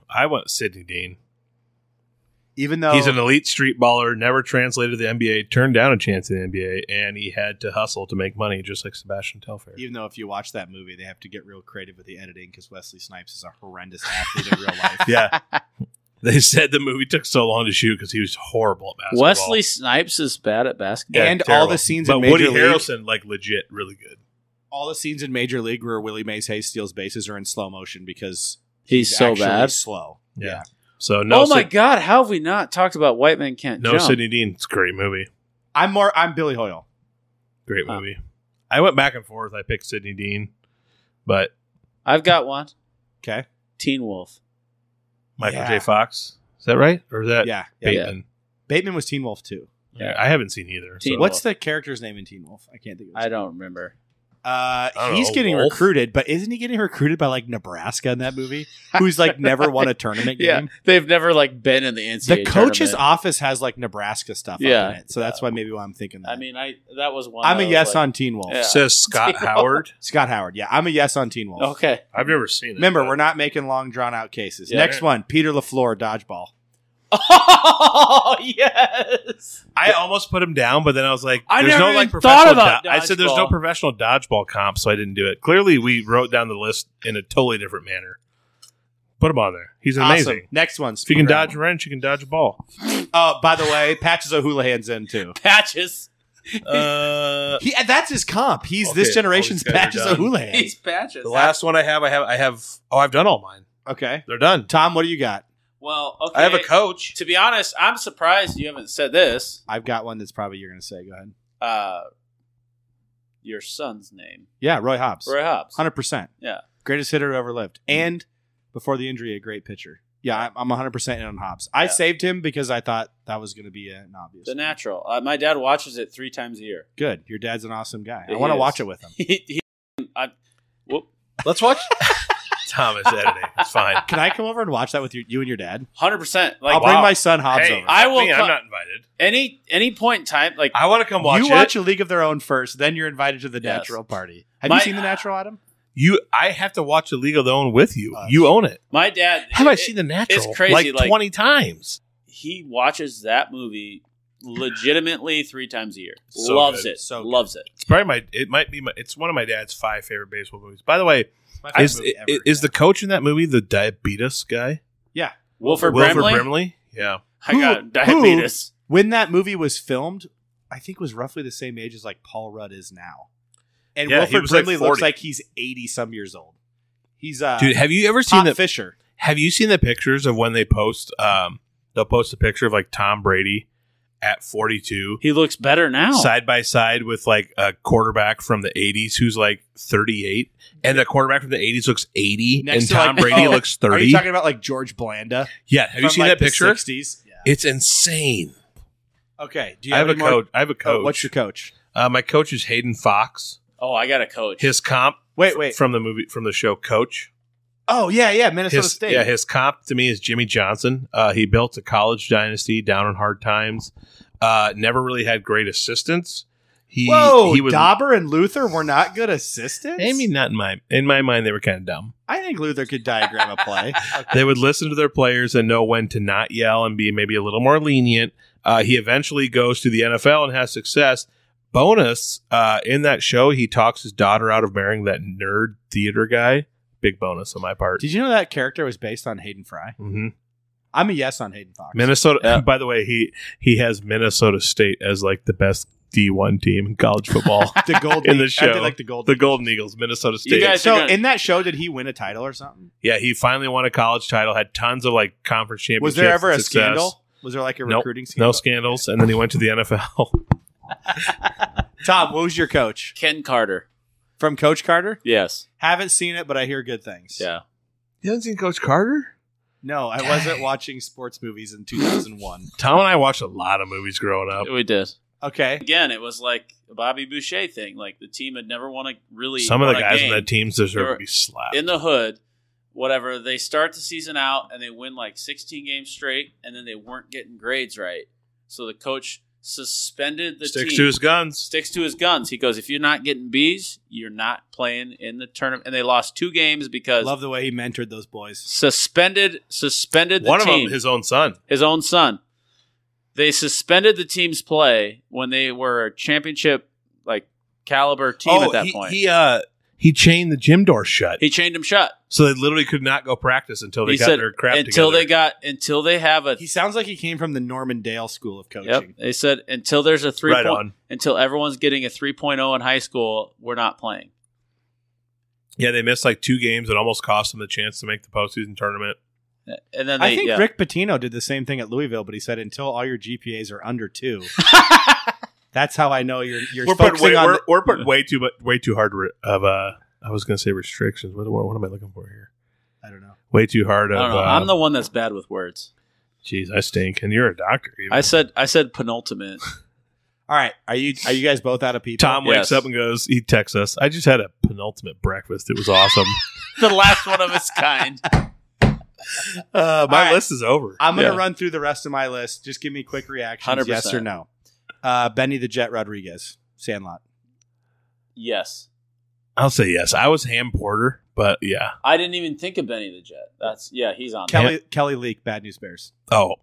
I want Sydney Dean.
Even though
He's an elite street baller, never translated to the NBA, turned down a chance in the NBA, and he had to hustle to make money, just like Sebastian Telfair.
even though if you watch that movie, they have to get real creative with the editing because Wesley Snipes is a horrendous athlete in real life.
Yeah. they said the movie took so long to shoot because he was horrible at basketball.
Wesley Snipes is bad at basketball.
Yeah,
and
terrible.
all the scenes
but
in Major
Woody
League,
Harrelson, like legit, really good.
all the scenes in Major League where Willie Mays Hayes steals bases are in slow motion because
He's, so
actually
bad.
slow.
Yeah. So no,
oh my
Sid-
god, how have we not talked about White Man Can't
no
Jump?
Sydney Dean. It's a great movie.
I'm more. I'm Billy Hoyle.
Great
Huh.
movie. I went back and forth. I picked Sydney Dean, but
I've got one.
Okay.
Teen Wolf.
Michael
Yeah.
J. Fox. Is that right? Or is that
Yeah. yeah.
Bateman?
Bateman was Teen Wolf too.
Yeah.
I haven't seen either.
Teen
so-
What's the character's name in Teen Wolf? I can't think of his
I don't remember.
Uh,
I don't
he's
know,
getting
Wolf?
recruited, but isn't he getting recruited by like Nebraska in that movie? Who's like never won a tournament
Yeah,
game?
they've never like been in the NCAA.
The coach's
tournament.
office has like Nebraska stuff
Yeah.
up in it, so that's why maybe why I'm thinking that.
I mean, I that was one.
I'm
I
a
was
yes
like-
on Teen Wolf.
Yeah.
says Scott
Teen Wolf.
Howard?
Scott Howard, yeah, I'm a yes on Teen Wolf.
Okay,
I've never seen it.
Remember,
but-
we're not making long drawn out cases.
Yeah.
Next one, Peter Lafleur, dodgeball.
Oh yes.
I almost put him down, but then I was like,
I
"There's no
never even
like
thought
professional."
about
do- I said there's no
dodgeball.
professional dodgeball comp, so I didn't do it. Clearly, we wrote down the list in a totally different manner. Put him on there. He's amazing.
Awesome. Next one,
If you can
speed
dodge
round.
a wrench, you can dodge a ball.
Oh, by the way, Patches O'Houlihan's in too.
Patches.
Uh,
He, that's his comp. He's this
Okay,
generation's
all these guys are
Patches
done.
O'Houlihan.
He's patches.
the last one I have, I have, I have. Oh, I've done all mine.
Okay,
They're done.
Tom, what do you got?
well,
I
okay.
have a coach.
to be honest, I'm surprised you haven't said this.
I've got one that's probably you're going to say. Go ahead.
Uh, your son's name,
Yeah, Roy Hobbs.
Roy Hobbs.
Hundred percent.
Yeah. Mm-hmm.
Greatest hitter who ever lived, and before the injury, a great pitcher. Yeah, I'm- I'm 100 percent in on Hobbs. I
Yeah.
saved him because I thought that was going to be an obvious.
The
one.
natural. Uh, my dad watches it three times a year.
Good. Your dad's an awesome guy. I
He
want to
is.
watch it with him.
he, he, I, whoop,
Let's watch Thomas editing. It's fine.
Can I come over and watch that with you, you and your dad?
hundred percent.
I'll
Like
bring
wow.
my son Hobbs
Hey,
over.
I will
Me,
co-
I'm not invited.
any any point in time, like
I want to come watch
you
it.
watch a League of Their Own first, then you're invited to the
Yes.
natural party. Have you
My-
seen the natural, Adam?
you, I have to watch the League of Their Own with you.
Uh,
you own it.
my dad.
Have I
it-
seen the Natural?
crazy,
like
like-
20 times.
He watches that movie legitimately three times a year.
So
loves
good.
it.
So good.
loves it.
It's probably my. It might be my. It's one of my dad's five favorite baseball movies. By the way,
My
is i- i- is the coach in that movie the diabetes guy?
Wilford,
Wilford
Brimley.
Yeah.
I
Who-
got diabetes.
when that movie was filmed, I think was roughly the same age as like Paul Rudd is now. And
Yeah, he
Wilfred
was, like,
Brimley looks
40.
like he's eighty some years old. He's uh
Dude, have you ever
Pop
seen the?
Fisher.
Have you seen the pictures of when they post? Um, they'll post a picture of like Tom Brady at 42,
He looks better now.
side by side with like a quarterback from the 80s who's like 38, and the quarterback from the 80s looks 80,
Next
and
to, like,
Tom Brady
oh,
looks
Are
30.
you talking about like George Blanda?
Yeah. Have you
from,
seen
like,
that
the
picture?
60s? Yeah.
It's insane.
Okay. Do you
I have a
any more-
coach. I have a
Oh,
coach.
what's your coach?
Uh, my coach is Hayden Fox.
oh, I got a coach.
his comp
Wait, wait.
from the movie from the show Coach.
Oh yeah, yeah, Minnesota
His,
State.
Yeah, his comp to me is Jimmy Johnson. Uh, he built a college dynasty down in hard times. Uh, never really had great assistants. He
Whoa,
he was
Dauber and Luther were not good assistants.
I mean, not in my in my mind they were kind of dumb.
I think Luther could diagram a play.
They would listen to their players and know when to not yell and be maybe a little more lenient. Uh, he eventually goes to the NFL and has success. Bonus uh, in that show, he talks his daughter out of marrying that nerd theater guy. Big bonus on my part.
Did you know that character was based on Hayden Fry?
hmm
I'm a yes on Hayden Fox.
Minnesota. By the way, he he has Minnesota State as like the best D one team in college football.
the gold
In the
Eagles. I did
show.
like the gold.
the Golden Eagles, Minnesota State.
You guys
so
are gonna-
in that show, did he win a title or something?
yeah, he finally won a college title. Had tons of like conference championships.
Was there ever a
and success.
scandal? Was there like a
Nope.
recruiting
No
scandal?
scandals, and then he went to the NFL.
Tom, what was your coach?
Ken Carter.
from Coach Carter.
Yes.
Haven't seen it, but I hear good things.
Yeah.
You haven't seen Coach Carter?
No, I wasn't watching sports movies in 2001.
Tom and I watched a lot of movies growing up.
We did.
Okay.
Again, it was like a Bobby Boucher thing. Like the team had never won a really
Some of
won
the
a
guys
game
in the teams deserve
You're-
to be slapped.
in the hood. Whatever they start the season out and they win like 16 games straight, and then they weren't getting grades right. So the coach suspended the
Sticks
team.
to his guns.
sticks to his guns. He goes, if you're not getting B's, you're not playing in the tournament. And they lost two games because
Love the way he mentored those boys.
suspended suspended the
One
team,
of them, his own son.
his own son. They suspended the team's play when they were a championship like caliber team at that
Oh, he,
point. He,
he uh he chained the gym door shut,
chained them shut.
so they literally could not go practice until they
he
got
said
their crap
until
together.
they got until they have a
He sounds like he came from the Norman Dale school of
yep,
coaching.
they said until there's a three
right
point
on.
until everyone's getting a 3.0 in high school, we're not playing.
Yeah, they missed like two games. It almost cost them the chance to make the postseason tournament.
And then they,
I think
yeah.
Rick Patino did the same thing at Louisville, but he said until all your GPAs are under two. That's how I know you're you're
We're putting,
focusing
way,
on.
we're, we're putting way too mu- way too hard re- of uh I was gonna say restrictions. What, what, what am I looking for here?
the- I don't know.
Way too hard
I
of.
don't know.
uh,
I'm the one that's bad with words.
Jeez, I stink, and you're a doctor. even.
I said I said penultimate.
All right, are you are you guys both out of people?
Tom wakes
Yes.
up and goes, he texts us. I just had a penultimate breakfast. It was awesome.
the last one of its kind.
uh, my
right.
list is over.
I'm gonna
Yeah.
run through the rest of my list. Just give me quick reactions,
100%.
yes or no. Uh, Benny the Jet Rodriguez, Sandlot.
Yes.
I'll say yes. I was Ham Porter, but yeah.
I didn't even think of Benny the Jet. That's yeah, he's on there.
Kelly Kelly Leak, Bad News Bears.
Oh,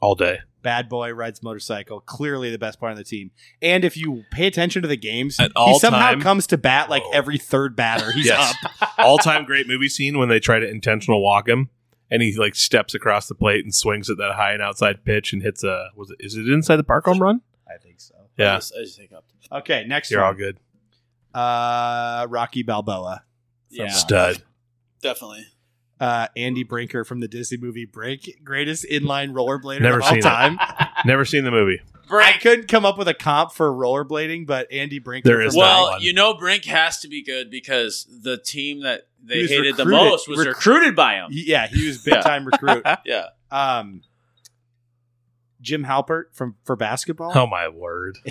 all day.
Bad boy rides motorcycle. Clearly the best part of the team. And if you pay attention to the games,
At
he
all
somehow
time.
comes to bat like
Whoa.
every third batter. He's
Yes.
up.
all time great movie scene when they try to intentional walk him and he like steps across the plate and swings at that high and outside pitch and hits a was it is it inside the park home run?
I think so.
I
Yeah.
just, I just think up.
Okay, next
You're all
one.
good.
Uh, Rocky Balboa.
Yeah,
Stud.
definitely.
Uh, Andy Brinker from the Disney movie Break, greatest inline rollerblader
Never
of all
seen it.
time.
Never seen the movie.
I
Brink.
couldn't come up with a comp for rollerblading, but Andy Brinker.
There
from
is
Break-
not
Well,
one.
you know Brink has to be good because the team that
He
they
was
hated the
recruited-
most was
recru-
recruited by him.
yeah, he was big time recruit.
Yeah.
Um, Jim Halpert from for basketball.
Oh my word.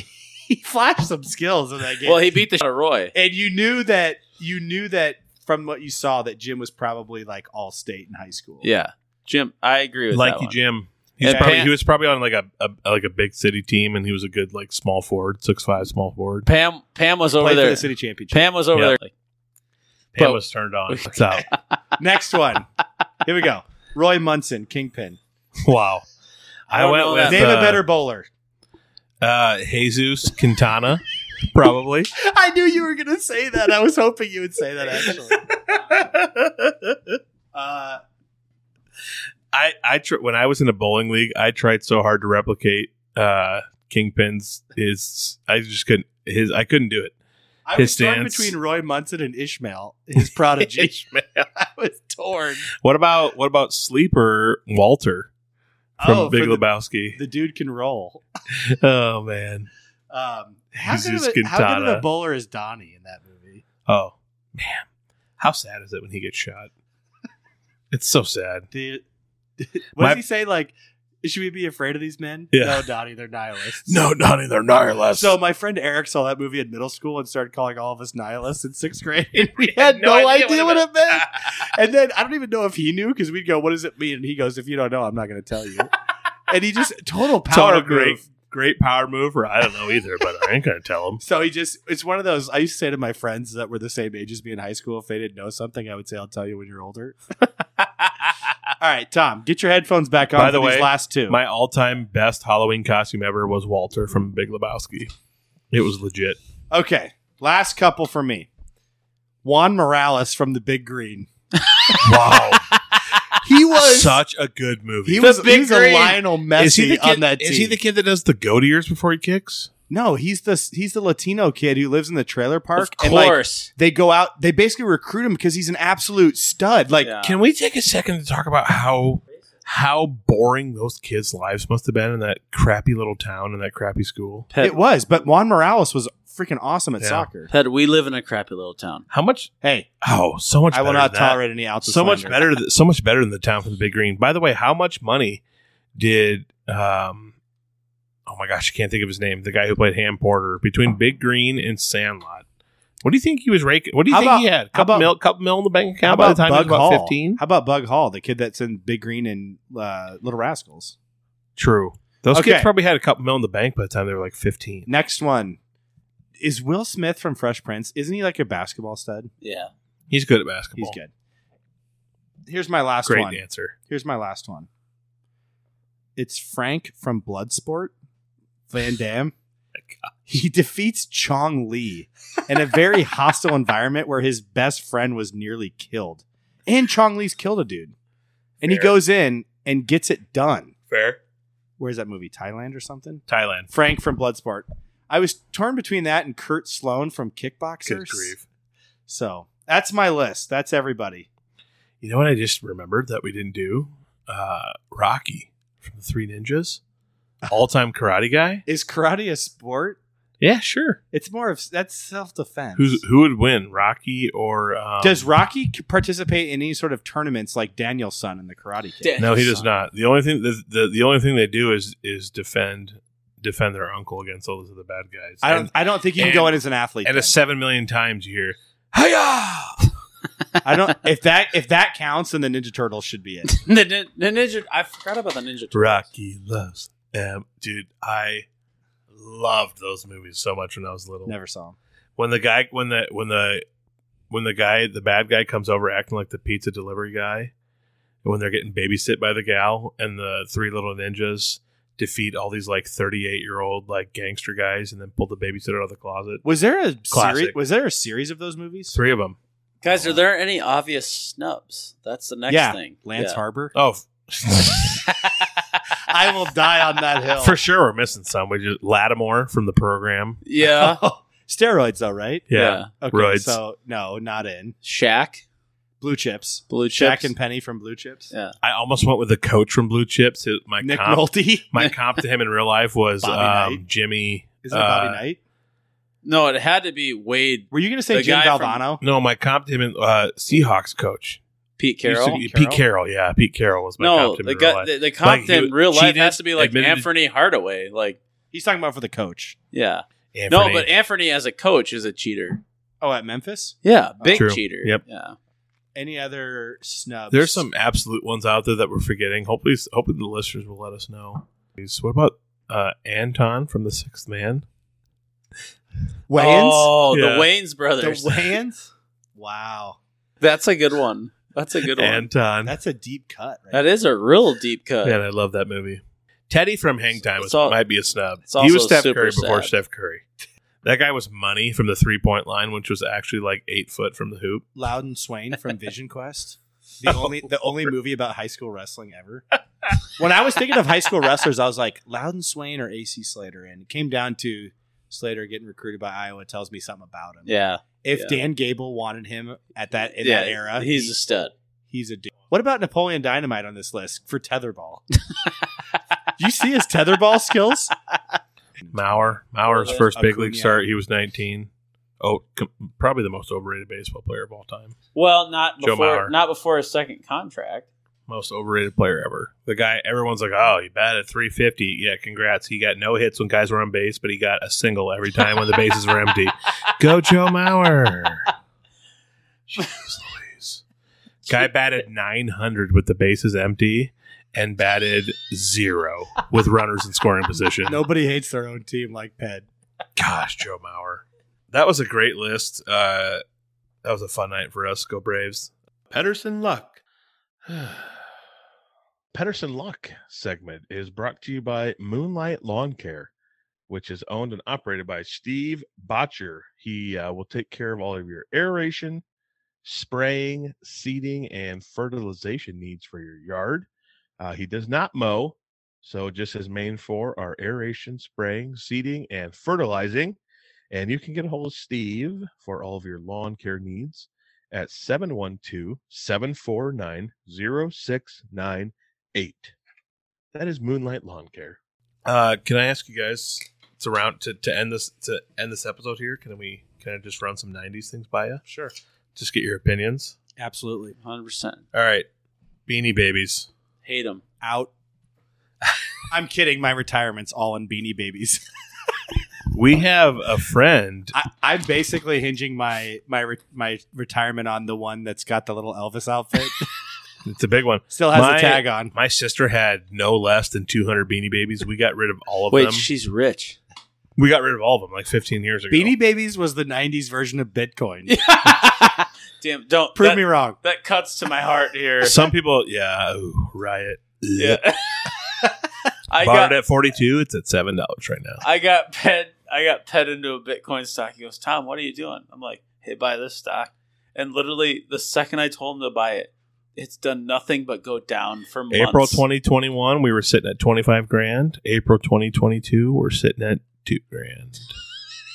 He flashed some skills in that game.
Well, he beat the shit out of Roy.
and you knew that you knew that from what you saw that Jim was probably like all state in high school.
Yeah. Jim, I agree with that
Likey
one.
Jim. He's
And
probably,
Pan-
he was probably on like a, a like a big city team and he was a good like small forward, six five small forward.
Pam Pam was over
Played for
there.
the city championship.
Pam was over
Yeah.
there.
Pan
But-
was turned on. It's out.
Next one. Here we go. Roy Munson, Kingpin.
Wow. I,
don't
went
know
with
that.
Name
uh,
a better bowler.
uh Jesus Quintana, probably.
I knew you were going to say that. I was hoping you would say that, actually. Uh,
I I tr- when I was in a bowling league, I tried so hard to replicate uh Kingpin's his I just couldn't his I couldn't do it.
I
His
was torn
stance.
between Roy Munson and Ishmael, his prodigy. I was torn.
What about what about sleeper Walter from
oh,
Big
for the,
Lebowski?
the dude can roll.
oh man.
Um, how, good of
Jesus
a, how good of
Quintana.
a bowler is Donnie in that movie?
Oh man. How sad is it when he gets shot? It's so sad.
The, what does
My-
he say? Like, should we be afraid of these men?
Yeah.
No, Donnie, they're nihilists.
No, Donnie, they're nihilists.
So my friend Eric saw that movie in middle school and started calling all of us nihilists in sixth grade. we had no, idea, what it meant. and then I don't even know if he knew because we'd go, "What does it mean?" And he goes, "If you don't know, I'm not going to tell you." and he just total power
Total great.
move.
Great power move, or I don't know either, but I ain't gonna tell him.
So he just, it's one of those. I used to say to my friends that were the same age as me in high school, if they didn't know something, I would say, I'll tell you when you're older. All right, Tom, get your headphones back on
By the
for these
way,
last two.
My all-time best Halloween costume ever was Walter from Big Lebowski. It was legit.
okay, last couple for me. Juan Morales from The Big Green.
Wow,
He was
such a good movie.
he was, he
Big
was a
Green.
Lionel Messi on that team.
Is he the kid that does the goat ears before he kicks?
no, he's the he's the Latino kid who lives in the trailer park.
Of
and, like,
course.
they go out they basically recruit him because he's an absolute stud like
Yeah.
Can we take a second to talk about how how boring those kids' lives must have been in that crappy little town and that crappy school?
it was but juan morales was freaking awesome at
Yeah.
soccer.
Pet, we live in a crappy little town.
How much?
Hey,
Oh, so much.
I will
better
not
than that.
tolerate any outs. of
So much
slander.
better. Th- so much better than the town from the big green. By the way, how much money did? um Oh my gosh, I can't think of his name. The guy who played Ham Porter
Oh.
between Big Green and Sandlot. What do you think he was raking? What do you
How
think
about-
he had?
how
Couple
about-
mil, couple mil in the bank
How
account by the
about
time he was
Bug
about
Hall?
fifteen.
How about Bug Hall, the kid that's in Big Green and uh, Little Rascals?
True. Those
Okay.
kids probably had a couple mil in the bank by the time they were like fifteen.
Next one is Will Smith from Fresh Prince. Isn't he like a basketball stud?
Yeah.
He's good at basketball.
He's good. Here's my last
Great
one.
dancer.
Here's my last one. It's Frank from Bloodsport, Van Damme.
Oh
He defeats Chong Li in a very hostile environment where his best friend was nearly killed. And Chong Li's killed a dude. And he
Fair.
goes in and gets it done.
Fair.
Where's that movie? Thailand or something?
Thailand.
Frank from Bloodsport. I was torn between that and Kurt Sloan from
Good
Kickboxers.
grief.
So that's my list. That's everybody.
You know what I just remembered that we didn't do? Uh, Rocky from the Three Ninjas, all time karate guy.
Is karate a sport?
Yeah, sure.
It's more of that's self defense.
Who's who would win, Rocky or um,
Does Rocky c- participate in any sort of tournaments like Daniel's son in the Karate Kid?
Da-
No, he does not. The only thing the, the the only thing they do is is defend defend their uncle against all those other bad guys.
I don't.
And,
I don't think you can
and-
go in as an athlete.
and a
then.
seven million times you hear, "Hiya!"
I don't. If that if that counts, then the Ninja Turtles should be it.
The, nin- the ninja. I forgot about the ninja. Turtles.
Rocky loves. Um, dude, I loved those movies so much when I was little.
Never saw him.
when the guy when the when the when the guy the bad guy comes over acting like the pizza delivery guy and when they're getting babysit by the gal and the three little ninjas defeat all these like 38 year old like gangster guys and then pull the babysitter out of the closet
Was there a series?
Classic.
Was there a series of those movies?
three of them
Guys, are there any obvious snubs? That's the next
Yeah.
thing.
Lance Harbor.
oh
I will die on that hill.
for sure we're missing some we just lattimore from the program
Yeah.
Steroids, though, right?
yeah,
Okay,
Roids.
so no, not in
Shaq,
Blue Chips.
Blue
Jack
Chips.
and Penny from Blue Chips.
Yeah.
i almost went with the coach from blue chips His- my
Nick
comp
Nolte.
my comp to him in real life was
Bobby
um, jimmy
Isn't it Bobby
uh,
Knight?
No, it had to be Wade,
Were you going to say
the
Jim
guy from-
Valvano?
no my comp to him in uh, seahawks coach Used
Pete
to
Carroll.
be- Pete Carroll, yeah, Pete Carroll was my
No,
captain
the
in real
guy,
life.
the, the comp
Like, he
in real life
cheated,
has to be like
admitted-
Anthony Hardaway. Like,
He's talking about for the coach.
yeah.
Anthony.
No, but Anthony as a coach is a cheater.
Oh, at Memphis.
Yeah, big
Oh. True.
cheater.
Yep.
Yeah.
Any other snubs?
there's some absolute ones out there that we're forgetting. Hopefully, hopefully the listeners will let us know. Please, What about uh, Anton from The Sixth Man?
Wayans.
Oh,
Yeah.
the Wayne's
the
brothers.
Wayans. Wow,
That's a good one. That's a good one.
Anton.
that's a deep cut. Right
That is a real deep cut.
Man, I love that movie. Teddy from Hang Time
It's
was,
all-
might be a snub.
it's
He
also
was Steph
super
Curry before
sad.
Steph Curry. That guy was money from the three point line, which was actually like eight foot from the hoop.
Loudon Swain from Vision Quest. The only the only
Oh,
movie about high school wrestling ever. when I was thinking of high school wrestlers, I was like Loudon Swain or AC Slater, and it came down to Slater getting recruited by Iowa tells me something about him.
Yeah.
if
yeah.
Dan Gable wanted him at that in
yeah.
that era,
He's a stud.
he's a dude. What about Napoleon Dynamite on this list for tetherball? Do you see his tetherball skills?
Mauer. Mauer's
Well,
first big
Acuna.
league start, he was 19. Oh, com- probably the most overrated baseball player of all time.
Well, not
Joe
before
Mauer.
not before his second contract.
most overrated player ever. The guy everyone's like, oh, he batted 350. Yeah, congrats. He got no hits when guys were on base, but he got a single every time when the bases were empty. Go Joe Mauer. Jeez Louise. Guy batted 900 with the bases empty and batted zero with runners in scoring position.
Nobody hates their own team like Ped.
Gosh, Joe Mauer. That was a great list. Uh, that was a fun night for us. Go Braves.
Pedersen Luck. Pedersen Luck segment is brought to you by Moonlight Lawn Care, which is owned and operated by Steve Botcher. He uh, will take care of all of your aeration, spraying, seeding, and fertilization needs for your yard. Uh, he does not mow, so just his main four are aeration, spraying, seeding, and fertilizing. And you can get a hold of Steve for all of your lawn care needs at 712-749-0698. That is Moonlight Lawn Care.
Uh, can I ask you guys to round to, to end this to end this episode here, can we can I just run some '90s things by you?
Sure.
Just get your opinions.
Absolutely.
100%.
All right, Beanie Babies.
Hate them.
Out. I'm kidding. My retirement's all on Beanie Babies.
We have a friend.
I, I'm basically hinging my my re- my retirement on the one that's got the little Elvis outfit.
It's a big one.
Still has
My-
the tag on.
My sister had no less than 200 Beanie Babies. We got rid of all of
Wait,
them.
she's rich.
we got rid of all of them like 15 years ago.
Beanie Babies was the '90s version of Bitcoin.
Damn, don't.
Prove
that,
me wrong.
that cuts to my heart here.
Some people, yeah, ooh, riot.
yeah. I
Bought
got
it at 42. It's at seven dollars right now.
I got pet I got pet into a Bitcoin stock. He goes, Tom, what are you doing? I'm like, hey, buy this stock. And literally the second I told him to buy it, it's done nothing but go down for months.
April 2021, we were sitting at 25 grand. April 2022, we're sitting at two grand.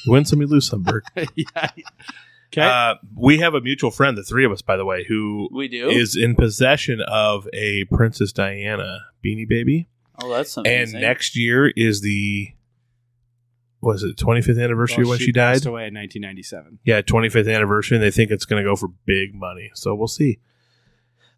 You Win some, you lose some, Berg.
Okay.
Uh, we have a mutual friend, the three of us, by the way, who
We do.
is in possession of a Princess Diana beanie baby.
oh, that's
And
amazing.
next year is the was it 25th anniversary
Well,
when she, died?
passed away in 1997.
Yeah, 25th anniversary. And they think it's going to go for big money, so we'll see.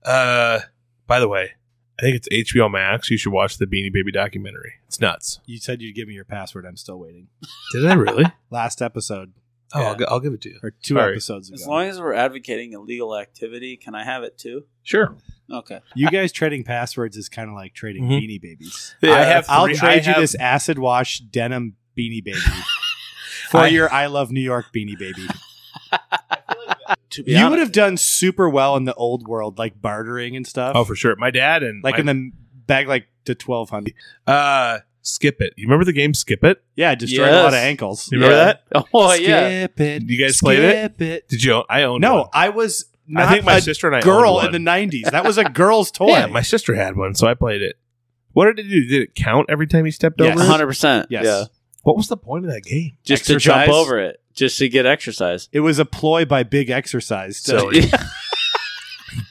Uh, by the way, I think it's HBO Max. You should watch the Beanie Baby documentary. It's nuts.
You said you'd give me your password. I'm still waiting.
Did I really?
Last episode
oh,
Yeah.
I'll, gi- I'll give it to you.
or two
Sorry.
episodes ago.
as long as we're advocating illegal activity, can I have it too?
Sure.
Okay.
you guys trading passwords is kind of like trading
Mhm.
Beanie Babies.
I have.
I'll
three- I
trade
have-
you this acid wash denim Beanie Baby for
I-
your I Love New York Beanie Baby.
To be
you
honest,
would have done super well in the old world, like bartering and stuff.
Oh, for sure. My dad and
like
my-
in the bag, like to 1200.
uh, Skip It. You remember the game Skip It?
Yeah, destroyed a lot of
Yes.
ankles.
You remember that?
Oh yeah.
Skip it.
You guys played it?
Skip it.
Did you? Own, I owned.
No,
one.
I was
I
not
think my
a
sister and I
girl
owned
in the
one.
nineties. That was a girl's toy.
yeah. My sister had one, so I played it. What did it do? Did it count every time he stepped
Yes.
over? it?
100%.
Yes.
Yeah.
What was the point of that game?
Just to
Exercise.
jump over it, just to get exercise.
It was a ploy by Big Exercise. to-
Silly.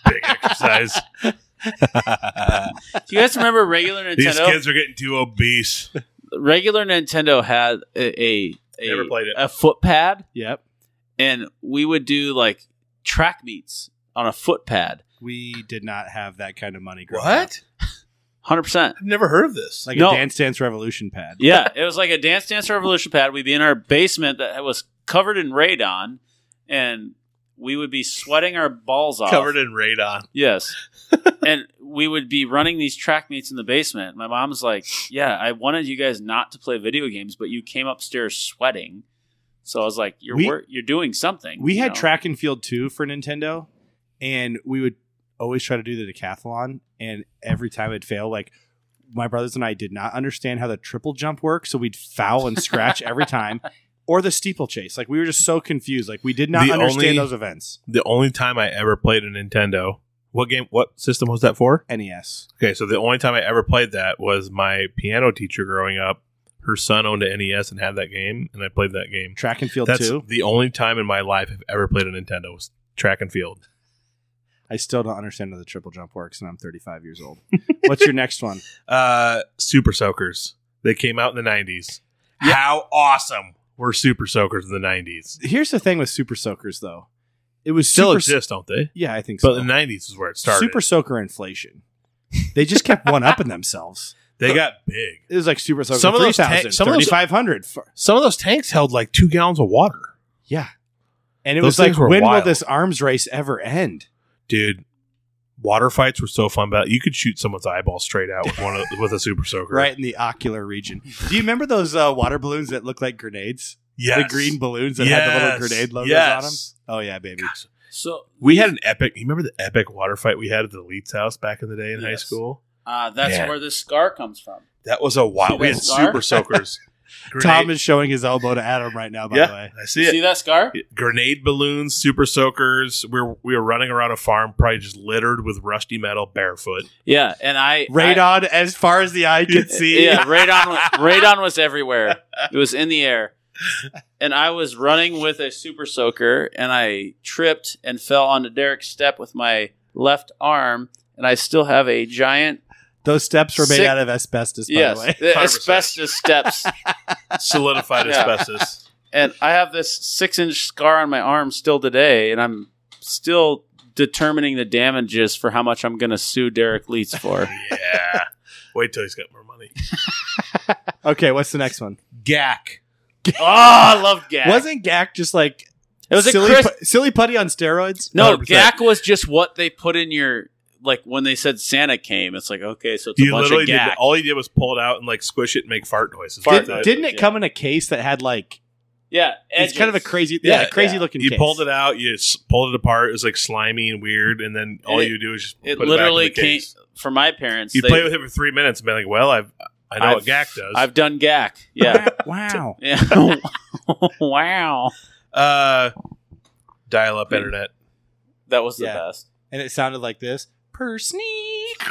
Big exercise.
Do you guys remember regular Nintendo?
These kids are getting too obese.
regular Nintendo had a a, a,
Never played it.
a foot pad,
Yep.
and we would do like track meets on a foot pad.
We did not have that kind of money. Growing up.
What?
Hundred percent.
I've never heard of this.
Like
No.
a Dance Dance Revolution pad.
Yeah, it was like a Dance Dance Revolution pad. We'd be in our basement that was covered in radon, and we would be sweating our balls off.
Covered in radon.
Yes. and we would be running these track meets in the basement. My mom's like, "Yeah, I wanted you guys not to play video games, but you came upstairs sweating." So I was like, "You're
We-
wor- you're doing something."
We
you
had
know?
track and field too for Nintendo, and we would always try to do the decathlon, and every time it'd fail. Like my brothers and I did not understand how the triple jump worked, so we'd foul and scratch every time. Or the steeplechase. Like we were just so confused. Like we did not
The
understand
only-
those events.
The only time I ever played a Nintendo. What game? What system was that for?
NES.
Okay, so the only time I ever played that was my piano teacher growing up. Her son owned an NES and had that game, and I played that game.
Track and field
That's
too.
the only time in my life I've ever played a Nintendo was track and field.
I still don't understand how the triple jump works, and I'm 35 years old. What's your next one?
Uh, Super Soakers. They came out in the '90s. How awesome were Super Soakers in the '90s?
Here's the thing with Super Soakers, though. It was
Still
super,
exist, don't they?
Yeah, I think so.
But the '90s is where it started.
Super Soaker inflation. They just kept one upping themselves.
they got big.
It was like Super Soaker
Some of those
3000,
tank- some of those-
3500. Fu-
Some of those tanks held like two gallons of water,
Yeah. And it
Those
was like,
things were
when
wild.
will this arms race ever end?
dude. Water fights were so fun, but you could shoot someone's eyeball straight out with one of, with a super soaker.
Right in the ocular region. Do you remember those uh, water balloons that looked like grenades?
Yes.
The green balloons that had the
Yes.
little grenade logos on them?
Yes.
Oh, yeah, baby.
Gosh.
So
We had an epic. You remember the epic water fight we had at the Leeds house back in the day in high
Yes.
school?
uh, that's
Man.
where this scar comes from.
That was a wild.
See
We
that
had
scar?
super soakers.
Tom is showing his elbow to Adam right now, by
Yeah.
the way.
I see it.
See that scar?
Grenade balloons, super soakers. We were we were running around a farm, probably just littered with rusty metal, barefoot.
Yeah, and I I-
Radon as far as the eye can see.
yeah, radon. Was, radon was everywhere. It was in the air, and I was running with a super soaker, and I tripped and fell onto Derek's step with my left arm, and I still have a giant
Those steps were made
Sick-
out of asbestos, by
yes,
the way.
the
100%.
asbestos steps.
Solidified
Yeah.
asbestos.
And I have this six inch scar on my arm still today, and I'm still determining the damages for how much I'm going to sue Derek Leitz for.
Yeah. Wait till he's got more money.
Okay, what's the next one?
Gack.
oh, I love Gak.
Wasn't Gak just like
it was
silly,
a Chris-
pu- silly putty on steroids?
No,
100%.
Gak was just what they put in your like when they said Santa came. It's like okay, so it's a
You
bunch
literally
of
did
Gak.
all he did was pull it out and like squish it and make fart noises.
Fart
That's it.
noises.
Didn't it
yeah.
come in a case that had like
yeah,
it's kind of a
edges.
crazy, yeah,
Yeah,
crazy looking.
You
case.
pulled it out, you s- pulled it apart. It was like slimy and weird, and then all
It-
you do is just
It
put
literally
it back in the
came
case.
for my parents.
You
they-
play with it for three minutes and be like, "Well, I've I know what Gak does."
I've done Gak. Yeah,
Wow.
yeah. wow,
uh, dial up internet.
that was the
Yeah.
best.
and it sounded like this. Per sneak.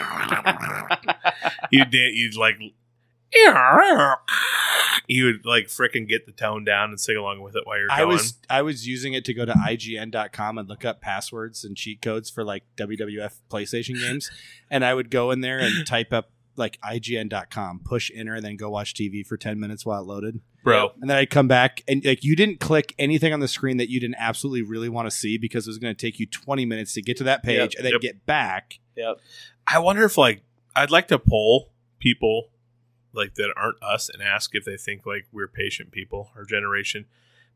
You did. You'd like. You would like fricking get the tone down and sing along with it while you're going.
I was I was using it to go to IGN.com and look up passwords and cheat codes for like WWF PlayStation games. And I would go in there and type up like IGN.com, push enter, and then go watch TV for 10 minutes while it loaded.
bro.
And then I'd come back and like you didn't click anything on the screen that you didn't absolutely really want to see because it was going to take you 20 minutes to get to that page
Yep.
and then
Yep.
get back.
Yep.
I wonder if like I'd like to poll people like that aren't us and ask if they think like we're patient people, our generation,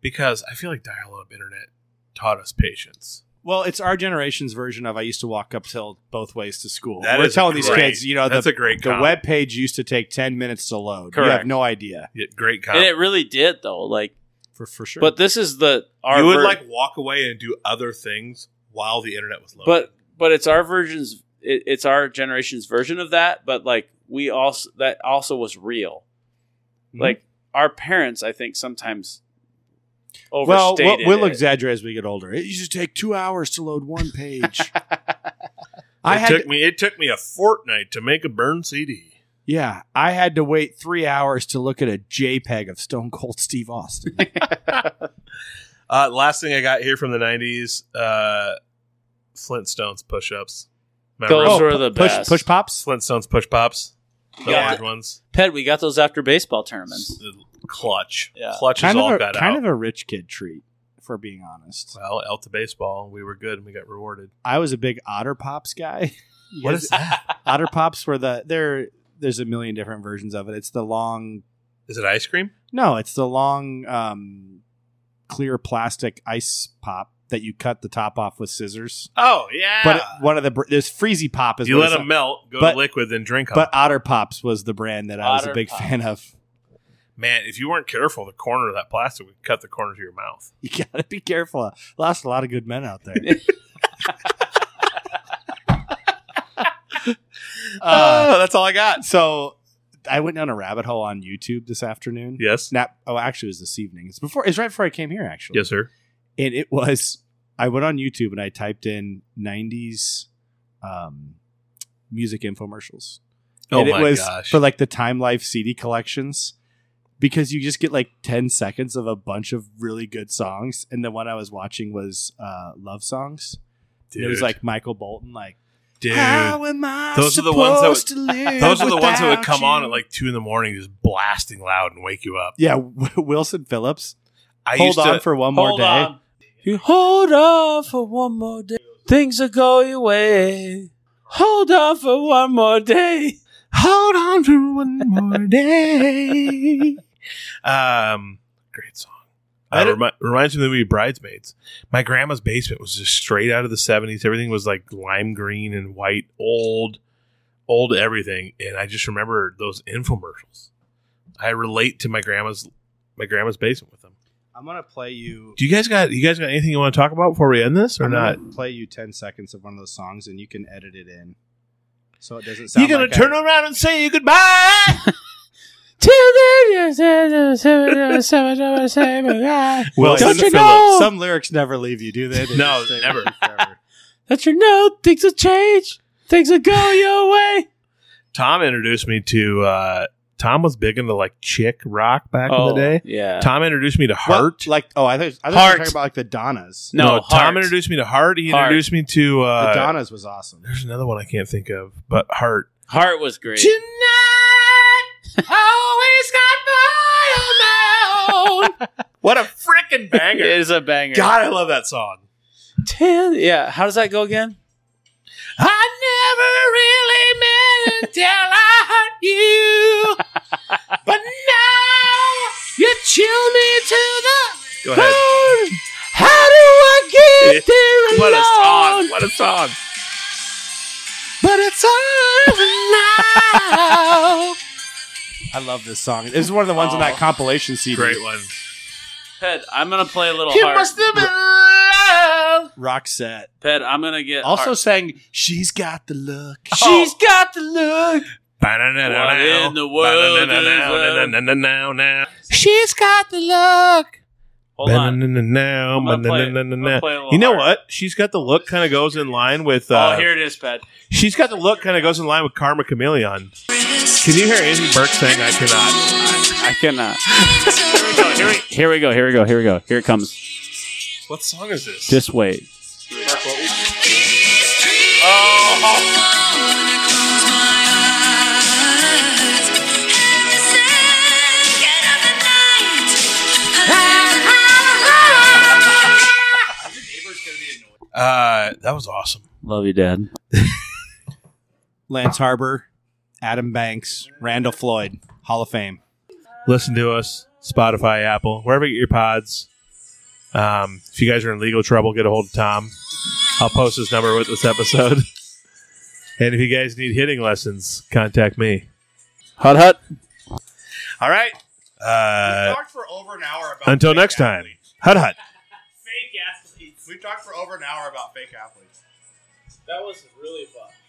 because I feel like dial-up internet taught us patience.
Well, it's our generation's version of I used to walk uphill both ways to school.
That
We're
is a
telling these
great-
kids, you know, Uh, the,
That's a great
the
com-
web page used to take 10 minutes to load. You
Correct.
have no idea.
yeah, great
And
comment.
it really did though. Like,
For, for sure.
but this is the our
You would
ver-
like walk away and do other things while the internet was low.
but but it's our versions. It, it's our generation's version of that. But like we also that also was real.
Mhm.
Like our parents, I think sometimes
Well,
overstated.
we'll, we'll
it.
exaggerate as we get older. It used to take two hours to load one page. I
it
had,
took
to-
me it took me a fortnight to make a burn CD.
yeah, I had to wait three hours to look at a JPEG of Stone Cold Steve Austin.
Uh, last thing I got here from the '90s: uh, Flintstones push-ups. Remember
Those
those
were the
Oh, push,
best.
push pops.
Flintstones push pops? The
Yeah.
large ones.
Ped, we got those after baseball tournaments.
The clutch.
Yeah.
Clutch is
Kind
all
of, a,
got
kind
out.
of a rich kid treat, if we're being honest.
well, out to baseball, we were good and we got rewarded.
I was a big Otter Pops guy. You
What
guys-
is that?
Otter Pops? Were the there? There's a million different versions of it. It's the long.
Is it ice cream?
No, it's the long, um, clear plastic ice pop that you cut the top off with scissors.
Oh yeah.
But one of the br- there's Freezy Pop is
you
what
let
it's-
them melt, go
but-
to liquid, then drink them.
but Otter Pops was the brand that I was a
Otter
big
Pops.
fan of.
Man, if you weren't careful, the corner of that plastic would cut the corner of your mouth.
You gotta be careful. Lost a lot of good men out there. Uh,
oh, that's all I got.
so I went down a rabbit hole on YouTube this afternoon.
Yes.
Not oh, actually, it was this evening. It's before. It's right before I came here, actually.
Yes, sir.
and it was I went on YouTube and I typed in '90s um, music infomercials.
Oh
and
my
it was
gosh.
for like the Time Life CD collections because you just get like 10 seconds of a bunch of really good songs. And the one I was watching was uh, Love Songs. And It was
Dude.
like Michael Bolton, like,
dude.
How am I
Those are the ones that
supposed to live
Those are the ones that would
without
come on
you?"
at like two in the morning, just blasting loud and wake you up.
yeah, Wilson Phillips.
I
hold
used
on
to.
for one more day.
You hold on for one more day. Things will go your way. Hold on for one more day.
Hold on for one more day. um, great song.
I
Uh,
don't-
remi- reminds me of the movie Bridesmaids. My grandma's basement was just straight out of the seventies. Everything was like lime green and white, old, old everything. And I just remember those infomercials. I relate to my grandma's my grandma's basement with them.
I'm gonna play you.
Do you guys got you guys got anything you want to talk about before we end this or
I'm
not?
gonna play you 10 seconds of one of those songs, and you can edit it in so it doesn't sound.
You gonna
like I-
turn around and say goodbye?
Oh,
Well,
Wilson
some,
you
Phillips.
know?
some lyrics never leave you, do they? They
No,
just stay
never.
with you forever.
That you know things will change. Things will go your way.
Tom introduced me to uh Tom was big into like chick rock back in the day.
yeah.
Tom introduced me to Heart.
What? Like, oh, I thought, I
Heart.
thought you were talking about like the Donnas.
No,
Tom
Heart.
introduced me to Heart. He
Heart.
introduced me to
the
uh
Donnas was awesome.
there's another one I can't think of, but Heart.
Heart was great.
What a freaking
It is a banger.
God, I love that song.
Ten, yeah. How does that go again? I never really meant until I hurt you, but now you chill me to the
Go ahead.
How do I
get
there
What a song! What a song!
But it's over now.
I love this song. This is one of the ones on that
Oh.
compilation CD.
Great one.
Ped, I'm gonna play a little
You
heart.
must have been love.
Roxette.
Ped, I'm gonna get
Also
heart. Oh,
sang She's Got the Look.
Oh.
She's got the look. What in the world is
Now,
She's got the look.
Hold on.
now,
I'm gonna play it. I'm gonna
now.
play a little
You know what?
heart.
She's got the look. Kind of goes in line with.
oh,
Uh,
here it is, Ped.
She's got the look. Kind of goes in line with Karma Chameleon. Can you hear Andy Burke saying I cannot?
I cannot. here we go. Here we go. Here we go. Here it comes.
What song is this?
Just wait.
Uh, that was awesome.
Love you, Dad.
Lance Harbor, Adam Banks, Randall Floyd, Hall of Fame.
Listen to us, Spotify, Apple, wherever you get your pods. Um, if you guys are in legal trouble, get a hold of Tom. I'll post his number with this episode. and if you guys need hitting lessons, contact me.
Hut hut.
All right. Uh,
talked for over an hour about
until
fake
next time,
athletes.
hut hut.
Fake athletes. We talked for over an hour about fake athletes.
That was really fun.